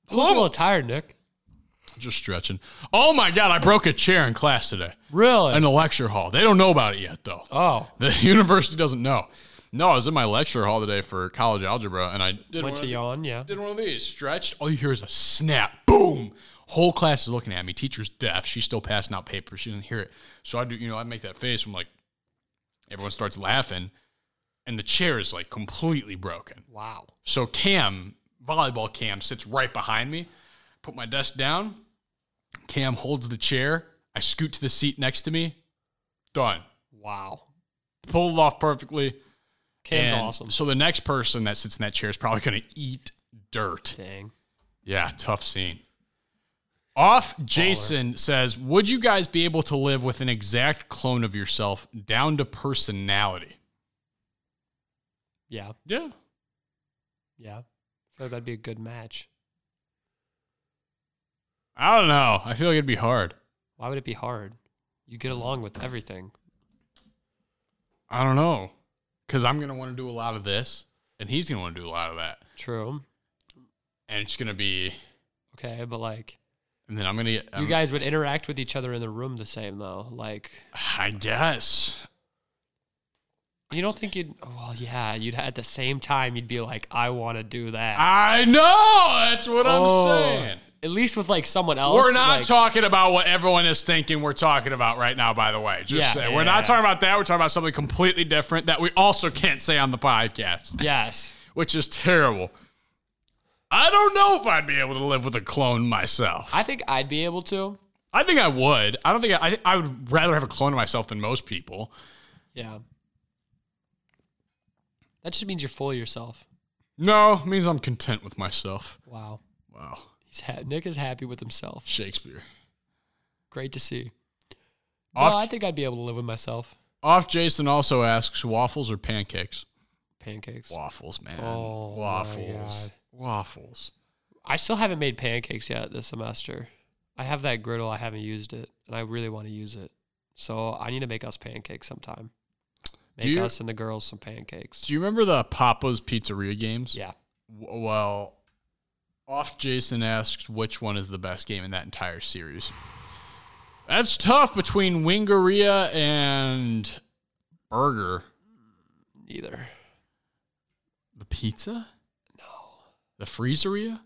C: I'm a little tired, Nick.
B: Just stretching. Oh my God, I broke a chair in class today
C: Really?
B: in the lecture hall. They don't know about it yet, though.
C: oh,
B: The university doesn't know. No, I was in my lecture hall today for college algebra, and I did one
C: Went
B: of
C: to
B: the-
C: yawn, yeah.
B: Did one of these, stretched. All you hear is a snap, boom. Whole class is looking at me. Teacher's deaf. She's still passing out papers. She doesn't hear it. So I do, you know, I make that face. I'm like, everyone starts laughing, and the chair is like completely broken.
C: Wow.
B: So Cam, volleyball Cam, sits right behind me. Put my desk down. Cam holds the chair. I scoot to the seat next to me. Done.
C: Wow.
B: Pulled it off perfectly.
C: Cam's
B: And
C: awesome.
B: So the next person that sits in that chair is probably going to eat dirt.
C: Dang.
B: Yeah, tough scene. Off Jason says, Would you guys be able to live with an exact clone of yourself down to personality?
C: Yeah.
B: Yeah.
C: Yeah. I feel like that'd be a good match.
B: I don't know. I feel like it'd be hard.
C: Why would it be hard? You get along with everything.
B: I don't know. Because I'm going to want to do a lot of this, and he's going to want to do a lot of that.
C: True.
B: And it's going to be,
C: Okay, but like
B: and then I'm going to get, um,
C: you
B: I'm-
C: guys would interact with each other in the room the same though. Like
B: I guess.
C: you don't think you'd well, yeah, you'd at the same time you'd be like, I wanna do that.
B: I know. That's what
C: Oh,
B: I'm saying.
C: At least with like someone else.
B: We're not
C: like-
B: talking about what everyone is thinking we're talking about right now, by the way. Just
C: Yeah,
B: say
C: yeah,
B: we're not
C: yeah.
B: talking about that. We're talking about something completely different that we also can't say on the podcast,
C: Yes.
B: which is terrible. I don't know if I'd be able to live with a clone myself. I,
C: I think I'd be able to.
B: think I would. I don't think I, I, I would rather have a clone of myself than most people.
C: Yeah. That just means you're full of yourself.
B: No, it means I'm content with myself.
C: Wow.
B: Wow.
C: He's ha- Nick is happy with himself.
B: Shakespeare.
C: Great to see.
B: Off-
C: no, I think I'd be able to live with myself.
B: Off Jason also asks waffles or pancakes?
C: Pancakes.
B: Waffles, man.
C: Oh, my
B: waffles.
C: God.
B: Waffles.
C: I still haven't made pancakes yet this semester. I have that griddle, I haven't used it, and I really want to use it. So I need to make us pancakes sometime.
B: Do
C: Make
B: you-
C: us and the girls some pancakes.
B: Do you remember the Papa's Pizzeria games?
C: yeah.
B: W- Well, off Jason asks which one is the best game in that entire series. That's tough between Wingeria and Burger.
C: Either.
B: The pizza?
C: No.
B: The Freezeria?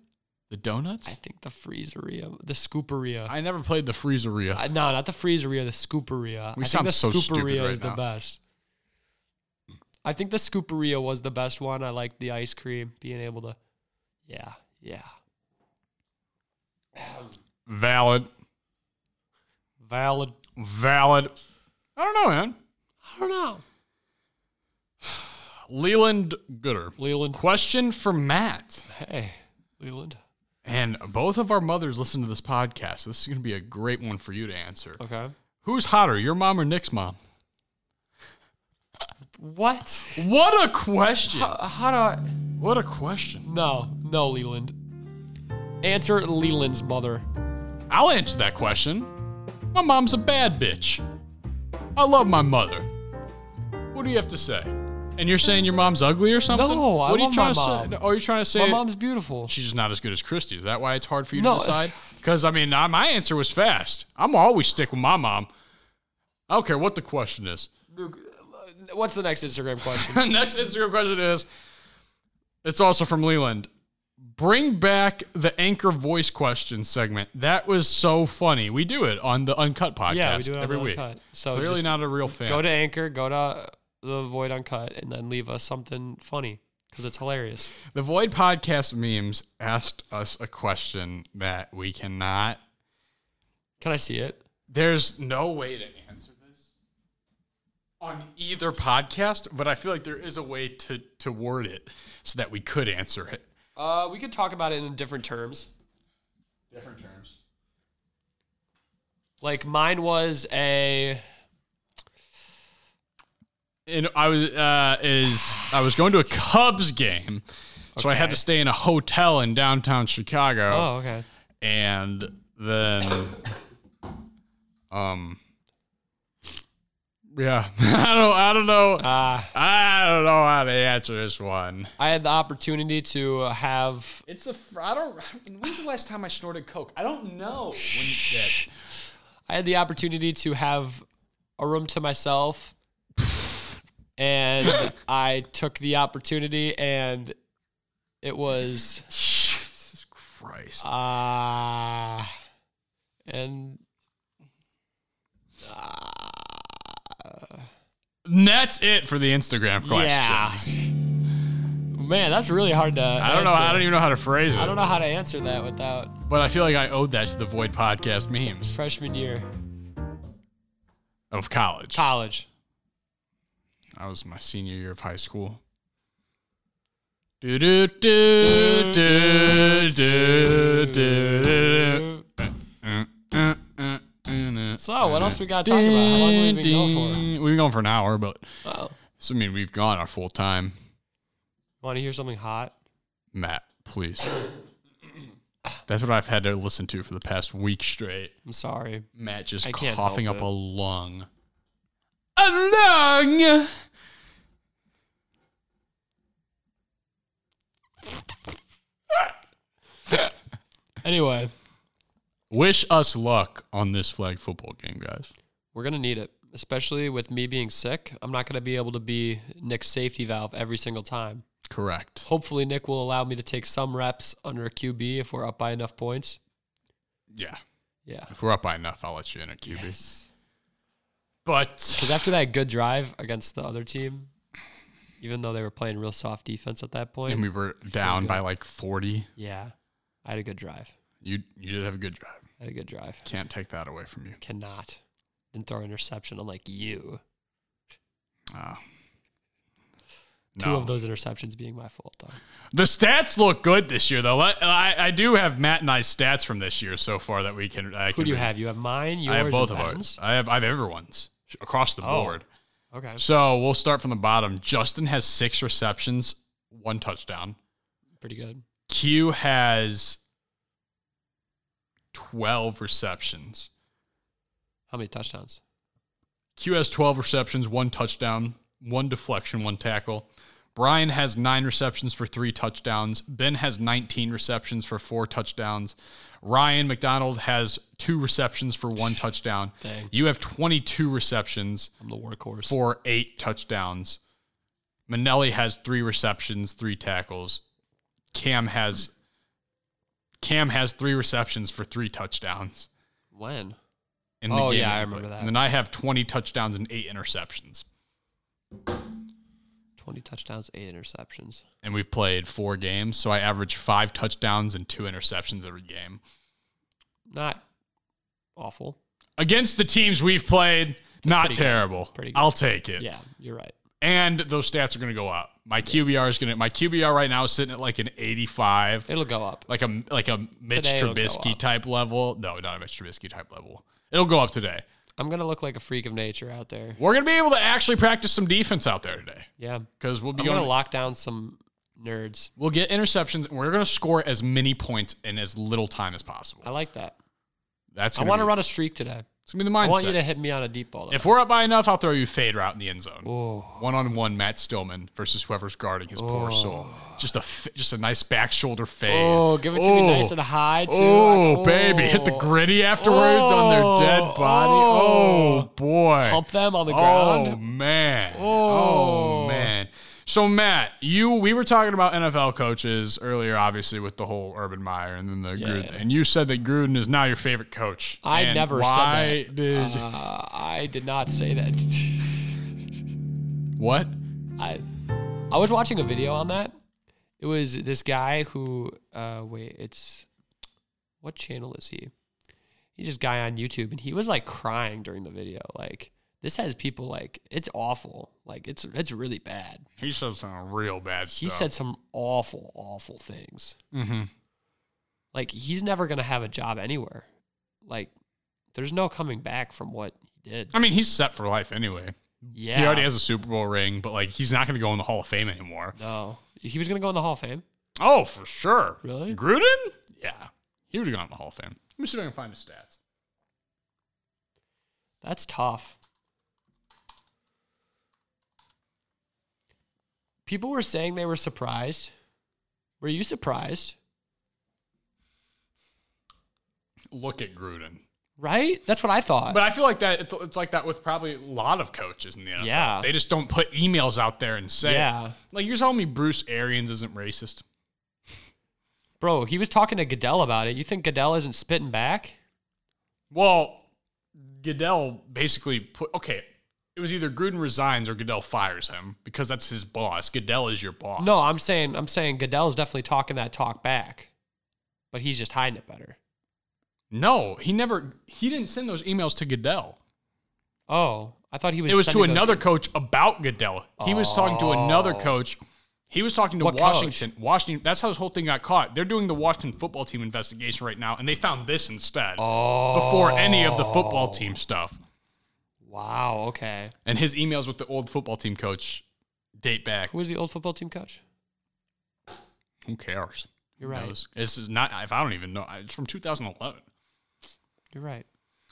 B: The
C: I
B: donuts?
C: think the freezeria, the scooperia.
B: I, never played the Freezeria.
C: I- no, not the freezeria, the scooperia.
B: We
C: I
B: sound
C: think the
B: so stupid
C: scooperia
B: right
C: is
B: now.
C: the best. I think the scooperia was the best one. I liked the ice cream, being able to. Yeah, yeah.
B: Valid.
C: Valid.
B: Valid. I don't know, man.
C: I don't know.
B: Leland Gooder.
C: Leland.
B: Question for Matt.
C: Hey, Leland.
B: And both of our mothers listen to this podcast. This is going to be a great one for you to answer.
C: Okay.
B: Who's hotter, your mom or Nick's mom?
C: What?
B: What a question.
C: How, Uh, how do I?
B: What a question.
C: No, no, Leland. Answer Leland's mother.
B: I'll answer that question. My mom's a bad bitch. I love my mother. What do you have to say? And you're saying your mom's ugly or something?
C: No, I
B: what are you
C: love
B: trying
C: my
B: to say?
C: mom.
B: Are you trying to say
C: My mom's beautiful.
B: she's just not as good as Christy? Is that why it's hard for you
C: No,
B: to
C: it's-
B: decide? Because I mean, I, my answer was fast. I'm always stick with my mom. I don't care what the question is.
C: What's the next Instagram question?
B: Next Instagram question is it's also from Leland. Bring back the anchor voice question segment. That was so funny. We do it on the Uncut podcast
C: yeah, we do it on
B: every
C: the
B: week.
C: Uncut. So
B: Clearly
C: just
B: not a real fan.
C: go to Anchor, go to the Void Uncut, and then leave us something funny because it's hilarious.
B: the Void Podcast memes asked us a question that we cannot.
C: Can I see it?
B: There's no way to answer this on either podcast, but I feel like there is a way to to word it so that we could answer it.
C: Uh, we could talk about it in different terms.
B: Different terms.
C: Like mine was a
B: and I was uh, is I was going to a Cubs game, so I had to stay in a hotel in downtown Chicago,
C: oh okay
B: and then, um, yeah, I don't, I don't know,
C: Ah.
B: I don't know how to answer this one.
C: I had the opportunity to have
B: It's the I don't. When's the last time I snorted coke? I don't know. When that,
C: I had the opportunity to have a room to myself and I took the opportunity, and it was
B: Jesus Christ.
C: ah, and
B: And that's it for the Instagram questions.
C: yeah, man, that's really hard to.
B: I don't know. I don't even know how to phrase it.
C: I don't know how to answer that without
B: But I feel like I owed that to the Void Podcast memes
C: freshman year
B: of college.
C: college.
B: I was my senior year of high school. Do do do do do do.
C: So, what else we got to talk about? How long have we been going
B: We've been going for an hour, but
C: for? Oh,
B: so I mean we've gone our full time.
C: want to hear something hot?
B: Matt, please. That's what I've had to listen to for the past week straight.
C: I'm sorry.
B: Matt just
C: I can't
B: coughing
C: help
B: up
C: it.
B: a lung. A lung.
C: Anyway,
B: Wish us luck on this flag football game, guys.
C: we're gonna need it, especially with me being sick. I'm not gonna be able to be Nick's safety valve every single time.
B: Correct.
C: Hopefully, Nick will allow me to take some reps under a QB if we're up by enough points.
B: Yeah.
C: Yeah,
B: If we're up by enough, I'll let you in at QB. But
C: because after that good drive against the other team, even though they were playing real soft defense at that point,
B: and we were down by like 40.
C: yeah, I had a good drive.
B: You you did have a good drive.
C: I had a good drive.
B: Can't take that away from you.
C: Cannot. Didn't throw an interception unlike you.
B: Ah.
C: Two
B: No.
C: of those interceptions being my fault, though.
B: The stats look good this year, though. Let- I, I do have Matt and I stats from this year so far that we can. I
C: Who
B: can
C: do you
B: read.
C: have? You have mine, yours,
B: I have both of
C: and
B: ours.
C: Ben's?
B: I have I have everyone's across the
C: Oh.
B: board.
C: Okay.
B: So we'll start from the bottom. Justin has six receptions, one touchdown.
C: Pretty good.
B: Q has 12 receptions.
C: How many touchdowns?
B: Q has 12 receptions, one touchdown, one deflection, one tackle. Brian has nine receptions for three touchdowns. Ben has 19 receptions for four touchdowns. Ryan McDonald has two receptions for one touchdown.
C: Dang.
B: You have 22 receptions
C: I'm the workhorse.
B: for eight touchdowns. Manelli has three receptions, three tackles. Cam has Cam has three receptions for three touchdowns
C: When?
B: in the
C: Oh,
B: game.
C: yeah, I
B: they
C: remember
B: played.
C: that.
B: And then I have 20 touchdowns and eight interceptions.
C: 20 touchdowns, eight interceptions.
B: And we've played four games, so I average five touchdowns and two interceptions every game.
C: Not awful.
B: Against the teams we've played, not
C: pretty good.
B: terrible.
C: Pretty good.
B: I'll take it.
C: Yeah, you're right.
B: And those stats are going to go up. My QBR is going to my QBR right now is sitting at like an 85.
C: It'll go up.
B: like a like a Mitch
C: Today it'll go
B: Trubisky
C: up.
B: type level. No, not a Mitch Trubisky type level. It'll go up today.
C: I'm going to look like a freak of nature out there.
B: We're gonna be able to actually practice some defense out there today
C: Yeah.
B: because we'll be
C: I'm going
B: going.
C: to lock down some nerds.
B: we'll get interceptions and we're gonna score as many points in as little time as possible.
C: I like that.
B: That's
C: I
B: gonna
C: want to
B: be-
C: run a streak today.
B: It's gonna be the
C: I
B: mindset.
C: want you to hit me on a deep ball. Though.
B: if we're up by enough, I'll throw you a fade route in the end zone.
C: oh,
B: One on one, Matt Stillman versus whoever's guarding his poor soul. Just a f- just a nice back shoulder fade.
C: oh, give it to me
B: Oh.
C: nice and high, too.
B: Oh,
C: Like,
B: baby. Hit the
C: oh.
B: gritty afterwards on their dead
C: Oh,
B: body.
C: oh.
B: Oh, boy.
C: Pump them on the ground.
B: Oh man.
C: Oh.
B: Oh. man. So Matt, you we were talking about NFL coaches earlier, obviously with the whole Urban Meyer and then the Gruden, and you said that Gruden is now your favorite coach.
C: I
B: And
C: never said
B: why
C: that.
B: did
C: Uh, I did not say that.
B: what?
C: I I was watching a video on that. It was this guy who uh wait, it's what channel is he? He's this guy on YouTube and he was like crying during the video. Like this has people like it's awful. Like it's it's really bad.
B: He said some real bad stuff.
C: He said some awful awful things.
B: mm-hmm.
C: Like he's never going to have a job anywhere. Like there's no coming back from what he did.
B: I mean, he's set for life anyway.
C: Yeah.
B: He already has a Super Bowl ring, but like he's not going to go in the Hall of Fame anymore.
C: No. He was going to go in the Hall of Fame.
B: Oh, for sure.
C: Really?
B: Gruden? Yeah, he would have gone in the Hall of Fame. Let me see if I can find his stats.
C: That's tough. People were saying they were surprised. Were you surprised?
B: Look at Gruden.
C: right? That's what I thought.
B: But I feel like that it's, it's like that with probably a lot of coaches in the NFL.
C: Yeah.
B: They just don't put emails out there and say, it.
C: Yeah.
B: Like you're telling me Bruce Arians isn't racist.
C: Bro, he was talking to Goodell about it. You think Goodell isn't spitting back?
B: Well, Goodell basically put okay. It was either Gruden resigns or Goodell fires him because that's his boss. Goodell is your boss.
C: No, I'm saying I'm saying Goodell's definitely talking that talk back. But he's just hiding it better.
B: no, he never. He didn't send those emails to Goodell.
C: Oh, I thought he was
B: It was to
C: sending those- Oh.
B: another coach about Goodell. He was talking to another coach. He was talking to
C: What coach?
B: Washington. Washington. That's how this whole thing got caught. They're doing the Washington football team investigation right now, and they found this instead before any of the football
C: Oh.
B: team stuff.
C: Wow, okay.
B: And his emails with the old football team coach date back.
C: Who was the old football team coach?
B: Who cares?
C: You're
B: Who
C: right.
B: knows? This is not. If I don't even know, it's from 2011.
C: You're right.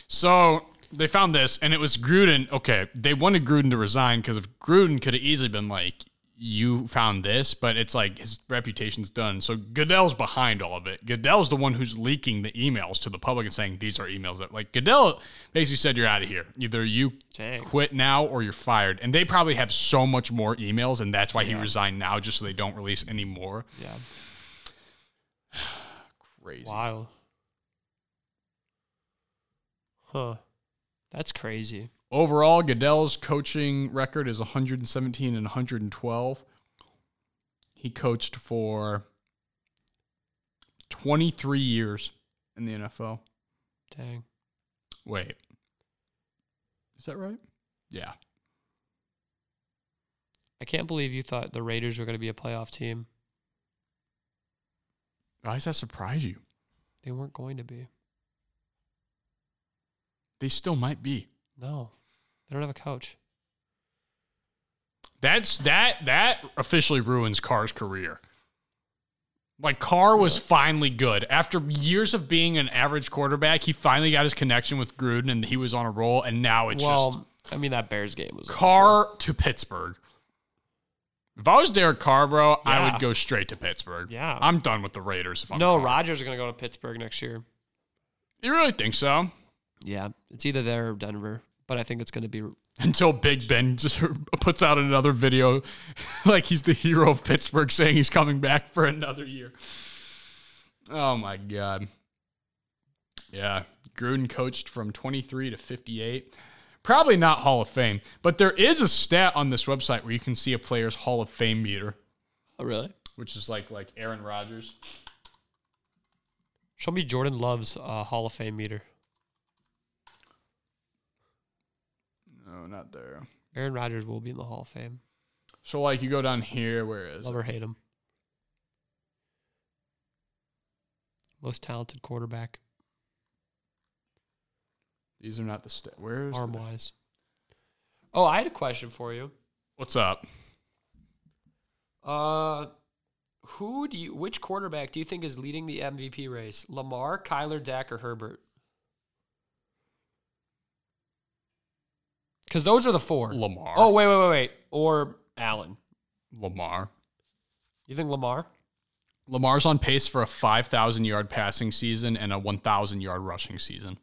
B: So they found this, and it was Gruden. Okay, they wanted Gruden to resign because if Gruden could have easily been like, "You found this," but it's like his reputation's done. So Goodell's behind all of it. Goodell's the one who's leaking the emails to the public and saying these are emails that, like, Goodell basically said, "You're out of here. Either you
C: Dang.
B: quit now or you're fired." And they probably have so much more emails, and that's why he resigned now, just so they don't release any more.
C: Yeah.
B: Crazy.
C: Wow. Huh. That's crazy.
B: Overall, Goodell's coaching record is 117 and 112. He coached for 23 years in the NFL.
C: Dang.
B: Wait. Is that right? Yeah.
C: I can't believe you thought the Raiders were going to be a playoff team.
B: Why does that surprise you?
C: They weren't going to be.
B: They still might be.
C: No. They don't have a coach.
B: That's that that officially ruins Carr's career. Like Carr was finally good after years of being an average quarterback. He finally got his connection with Gruden, and he was on a roll. And now it's just
C: well, I mean that Bears game was
B: Car to Pittsburgh. If I was Derek Carr, bro, I
C: Yeah.
B: would go straight to Pittsburgh.
C: Yeah.
B: I'm done with the Raiders. If I'm
C: No,
B: Carr.
C: Rodgers are going to go to Pittsburgh next year.
B: You really think so?
C: Yeah, it's either there or Denver, but I think it's going to be
B: Until Big Ben just puts out another video, like he's the hero of Pittsburgh, saying he's coming back for another year. Oh my god. Yeah, Gruden coached from 23 to 58. Probably not Hall of Fame, but there is a stat on this website where you can see a player's Hall of Fame meter,
C: Oh, really?
B: which is like like Aaron Rodgers.
C: Show me Jordan Love's uh, Hall of Fame meter.
B: No, not there.
C: Aaron Rodgers will be in the Hall of Fame.
B: So like you go down here, where is
C: Love
B: it?
C: or hate him. Most talented quarterback,
B: These are not the sta- where's
C: arm
B: the-
C: wise. Oh, I had a question for you.
B: What's up?
C: Uh, who do you? Which quarterback do you think is leading the MVP race? Lamar, Kyler, Dak, or Herbert? Because those are the four.
B: Lamar.
C: Oh wait, wait, wait, wait. Or Allen.
B: Lamar.
C: You think Lamar?
B: Lamar's on pace for a 5,000 yard passing season and a 1,000 yard rushing season.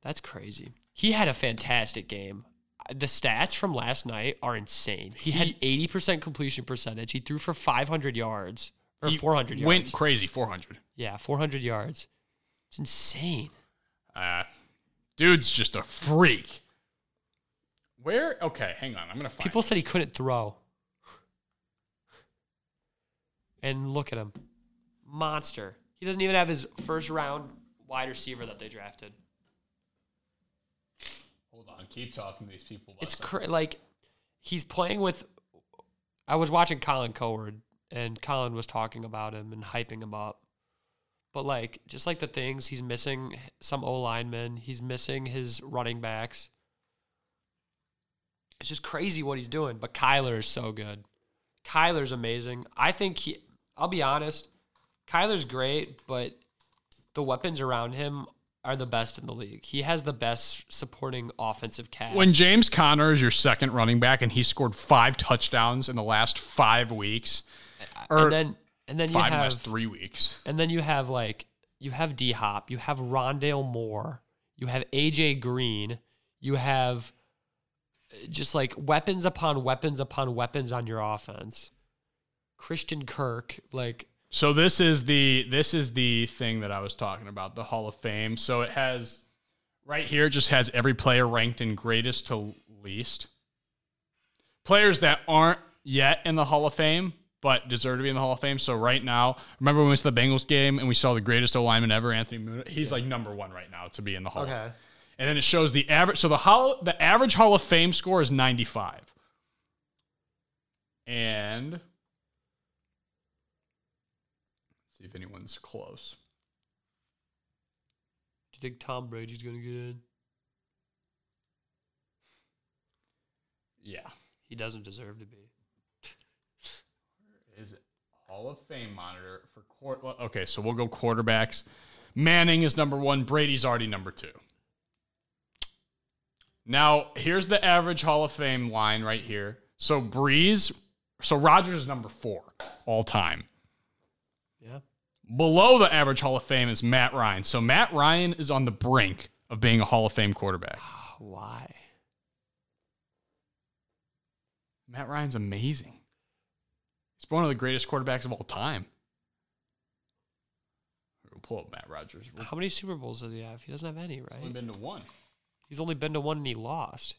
C: That's crazy. He had a fantastic game. The stats from last night are insane. He, had eighty percent completion percentage. He threw for five hundred yards or
B: He
C: four hundred yards.
B: Went crazy, 400.
C: yeah, four hundred yards. It's insane.
B: Uh, dude's just a freak. Where? Okay, hang on. I'm going to find
C: People said he couldn't throw. And look at him. Monster. He doesn't even have his first round wide receiver that they drafted.
B: Hold on. Keep talking to these people.
C: It's cra- like he's playing with. I was watching Colin Coward, and Colin was talking about him and hyping him up. But like, just like the things he's missing, some O linemen. He's missing his running backs. It's just crazy what he's doing. But Kyler is so good. Kyler's amazing. I think he. I'll be honest. Kyler's great, but the weapons around him are the best in the league. He has the best supporting offensive cast.
B: When James Conner is your second running back and he scored five touchdowns in the last five weeks, or
C: and then and then you
B: five in the
C: have
B: last three weeks.
C: and then you have like you have D Hop, you have Rondale Moore, You have AJ Green. You have uh, just like weapons upon weapons upon weapons on your offense. Christian Kirk, like
B: So this is the this is the thing that I was talking about, the Hall of Fame. So it has right here it just has every player ranked in greatest to least. Players that aren't yet in the Hall of Fame but deserve to be in the Hall of Fame. So right now, remember when we went to the Bengals game and we saw the greatest alignment ever, Anthony Moon. He's like number one right now to be in the Hall. of Fame. And then it shows the average. So the hall, the average Hall of Fame score is 95. And let's see if anyone's close.
C: do you think Tom Brady's gonna get in?
B: Yeah.
C: He doesn't deserve to be.
B: Is it Hall of Fame monitor for court? Okay, so we'll go quarterbacks. Manning is number one. Brady's already number two. Now here's the average Hall of Fame line right here. So Breeze, so Rogers is number four all time.
C: Yeah.
B: Below the average Hall of Fame is Matt Ryan. So Matt Ryan is on the brink of being a Hall of Fame quarterback.
C: Why?
B: Matt Ryan's amazing. He's one of the greatest quarterbacks of all time. We'll pull up Matt Rogers. We've
C: How many Super Bowls does he have? He doesn't have any,
B: only
C: right?
B: been to one.
C: He's only been to one and he lost.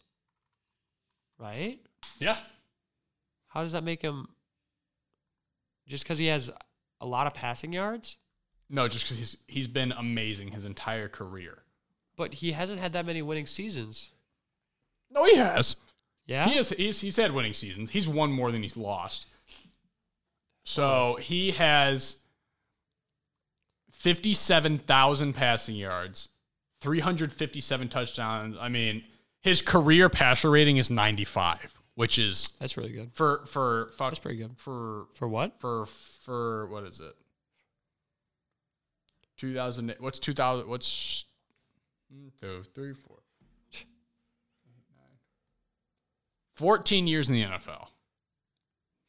C: Right?
B: Yeah.
C: How does that make him just because he has a lot of passing yards,
B: No, just because he's he's been amazing his entire career.
C: but he hasn't had that many winning seasons.
B: No, he has.
C: Yeah.
B: He has. He's, he's had winning seasons. He's won more than he's lost. So he has fifty-seven thousand passing yards, three hundred fifty-seven touchdowns. I mean, his career passer rating is ninety-five, which is
C: That's really good.
B: for for fuck,
C: That's pretty good.
B: for
C: For what?
B: for for what is it? Two thousand. What's two thousand? What's one, two, three, four, eight, nine. Fourteen years in the NFL.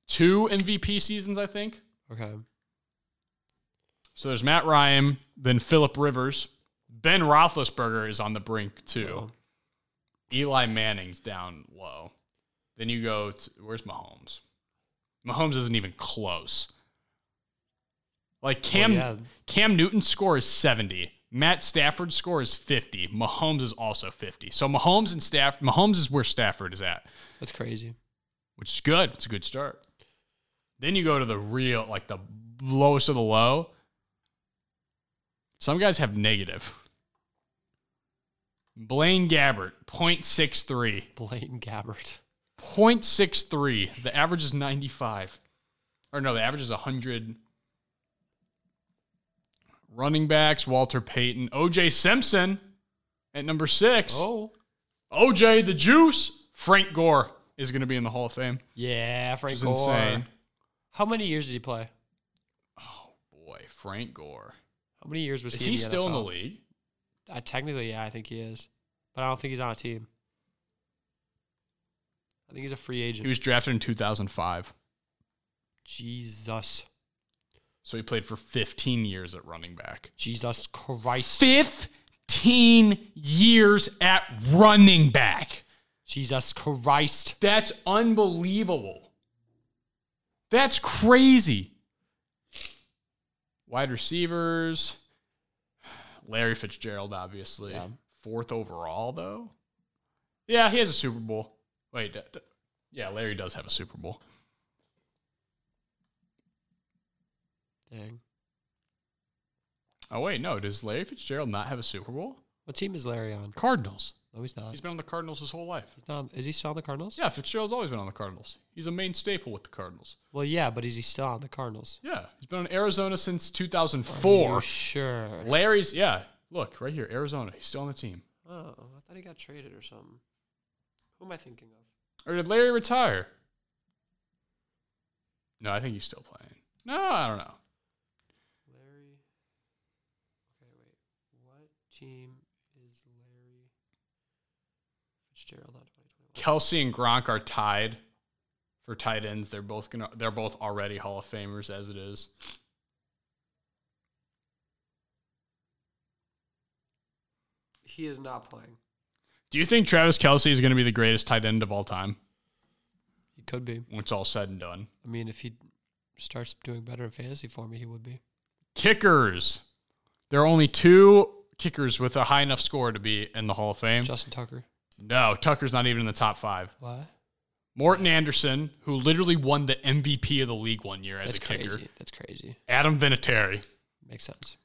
B: Two MVP seasons, I think.
C: Okay.
B: So there's Matt Ryan, then Philip Rivers, Ben Roethlisberger is on the brink too.
C: Wow.
B: Eli Manning's down low. Then you go to where's Mahomes? Mahomes isn't even close. Like Cam
C: yeah.
B: Cam Newton's score is 70. Matt Stafford's score is 50. Mahomes is also 50. So Mahomes and Stafford Mahomes is where Stafford is at,
C: That's crazy.
B: which is good. It's a good start. Then you go to the real like the lowest of the low. Some guys have negative. Blaine Gabbert, 0.63.
C: Blaine Gabbert.
B: 0.63. The average is 95. Or no, the average is 100. Running backs, Walter Payton, OJ Simpson at number six.
C: Oh.
B: OJ the Juice. Frank Gore is going to be in the Hall of Fame.
C: Yeah,
B: Which
C: Frank
B: is
C: Gore.
B: insane. Oh,
C: How many years did he play?
B: Boy, Frank Gore.
C: How many years was
B: Is
C: he?
B: he still in the
C: NFL?
B: league?
C: Uh, technically, yeah, I think he is, but I don't think he's on a team. I think he's a free
B: He
C: agent.
B: was drafted in 2005.
C: Jesus,
B: So he played for 15 years at running back.
C: Jesus Christ,
B: 15 years at running back.
C: Jesus Christ.
B: That's unbelievable. That's crazy. Wide receivers. Larry Fitzgerald, obviously.
C: Yeah.
B: Fourth overall, though. Yeah, he has a Super Bowl. Wait, d- d- yeah, Larry does have a Super Bowl.
C: Dang.
B: Oh, wait, no. Does Larry Fitzgerald not have a Super Bowl?
C: What team is Larry on?
B: Cardinals.
C: No, he's not.
B: He's been on the Cardinals his whole life.
C: He's not- is he still on the Cardinals?
B: Yeah, Fitzgerald's always been on the Cardinals. He's a main staple with the Cardinals.
C: Well, yeah, but is he still on the Cardinals?
B: Yeah, he's been on Arizona since
C: Are you
B: 2004.
C: sure.
B: Larry's, yeah. Look, right here, Arizona. He's still on the team.
C: Oh, I thought he got traded or something. Who am I thinking of?
B: Or did Larry retire? No, I think he's still playing. No, I don't know.
C: Larry. Okay, wait. What team is Larry Fitzgerald on? 2021?
B: Kelsey and Gronk are tied for tight ends. They're both gonna they're both already Hall of Famers as it is.
G: He is not playing.
B: Do you think Travis Kelsey is going to be the greatest tight end of all time
C: He could be.
B: when it's all said and done?
C: I mean, if he starts doing better in fantasy for me, he would be.
B: Kickers. There are only two kickers with a high enough score to be in the Hall of Fame.
C: Justin Tucker.
B: No, Tucker's not even in the top five.
C: What?
B: Morton Anderson, who literally won the MVP of the league one year as
C: That's
B: a kicker.
C: crazy. That's crazy.
B: Adam Vinatieri,
C: Makes sense.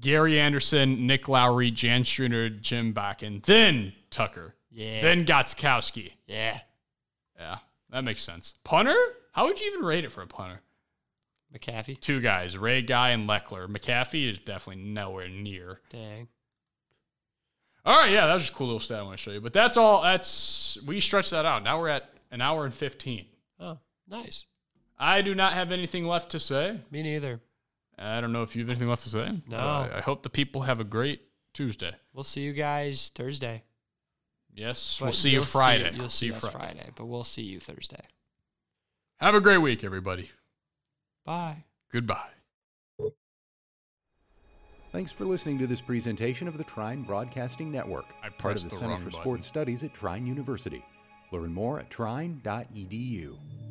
B: Gary Anderson, Nick Lowry, Jan Schroeder, Jim Bakken, then Tucker,
C: Yeah.
B: then Gotskowski.
C: yeah.
B: Yeah, that makes sense. Punter? How would you even rate it for a punter?
C: McAfee.
B: Two guys, Ray Guy and Leckler. McAfee is definitely nowhere near.
C: Dang.
B: All right, yeah, that was just a cool little stat I want to show you. But that's all. That's we stretched that out. Now we're at an hour and fifteen.
C: Oh, nice.
B: I do not have anything left to say.
C: Me neither.
B: I don't know if you have anything left to say.
C: No.
B: Uh, I hope the people have a great Tuesday.
C: We'll see you guys Thursday.
B: Yes,
C: But
B: we'll see you
C: you'll
B: Friday.
C: you'll
B: see you
C: us
B: Friday.
C: Friday, but we'll see you Thursday.
B: Have a great week, everybody.
C: Bye.
B: Goodbye.
A: Thanks for listening to this presentation of the Trine Broadcasting Network,
B: I
A: part of
B: pressed
A: the,
B: the
A: Center
B: wrong
A: for
B: button.
A: E Sports Studies at Trine University. Learn more at trine.edu.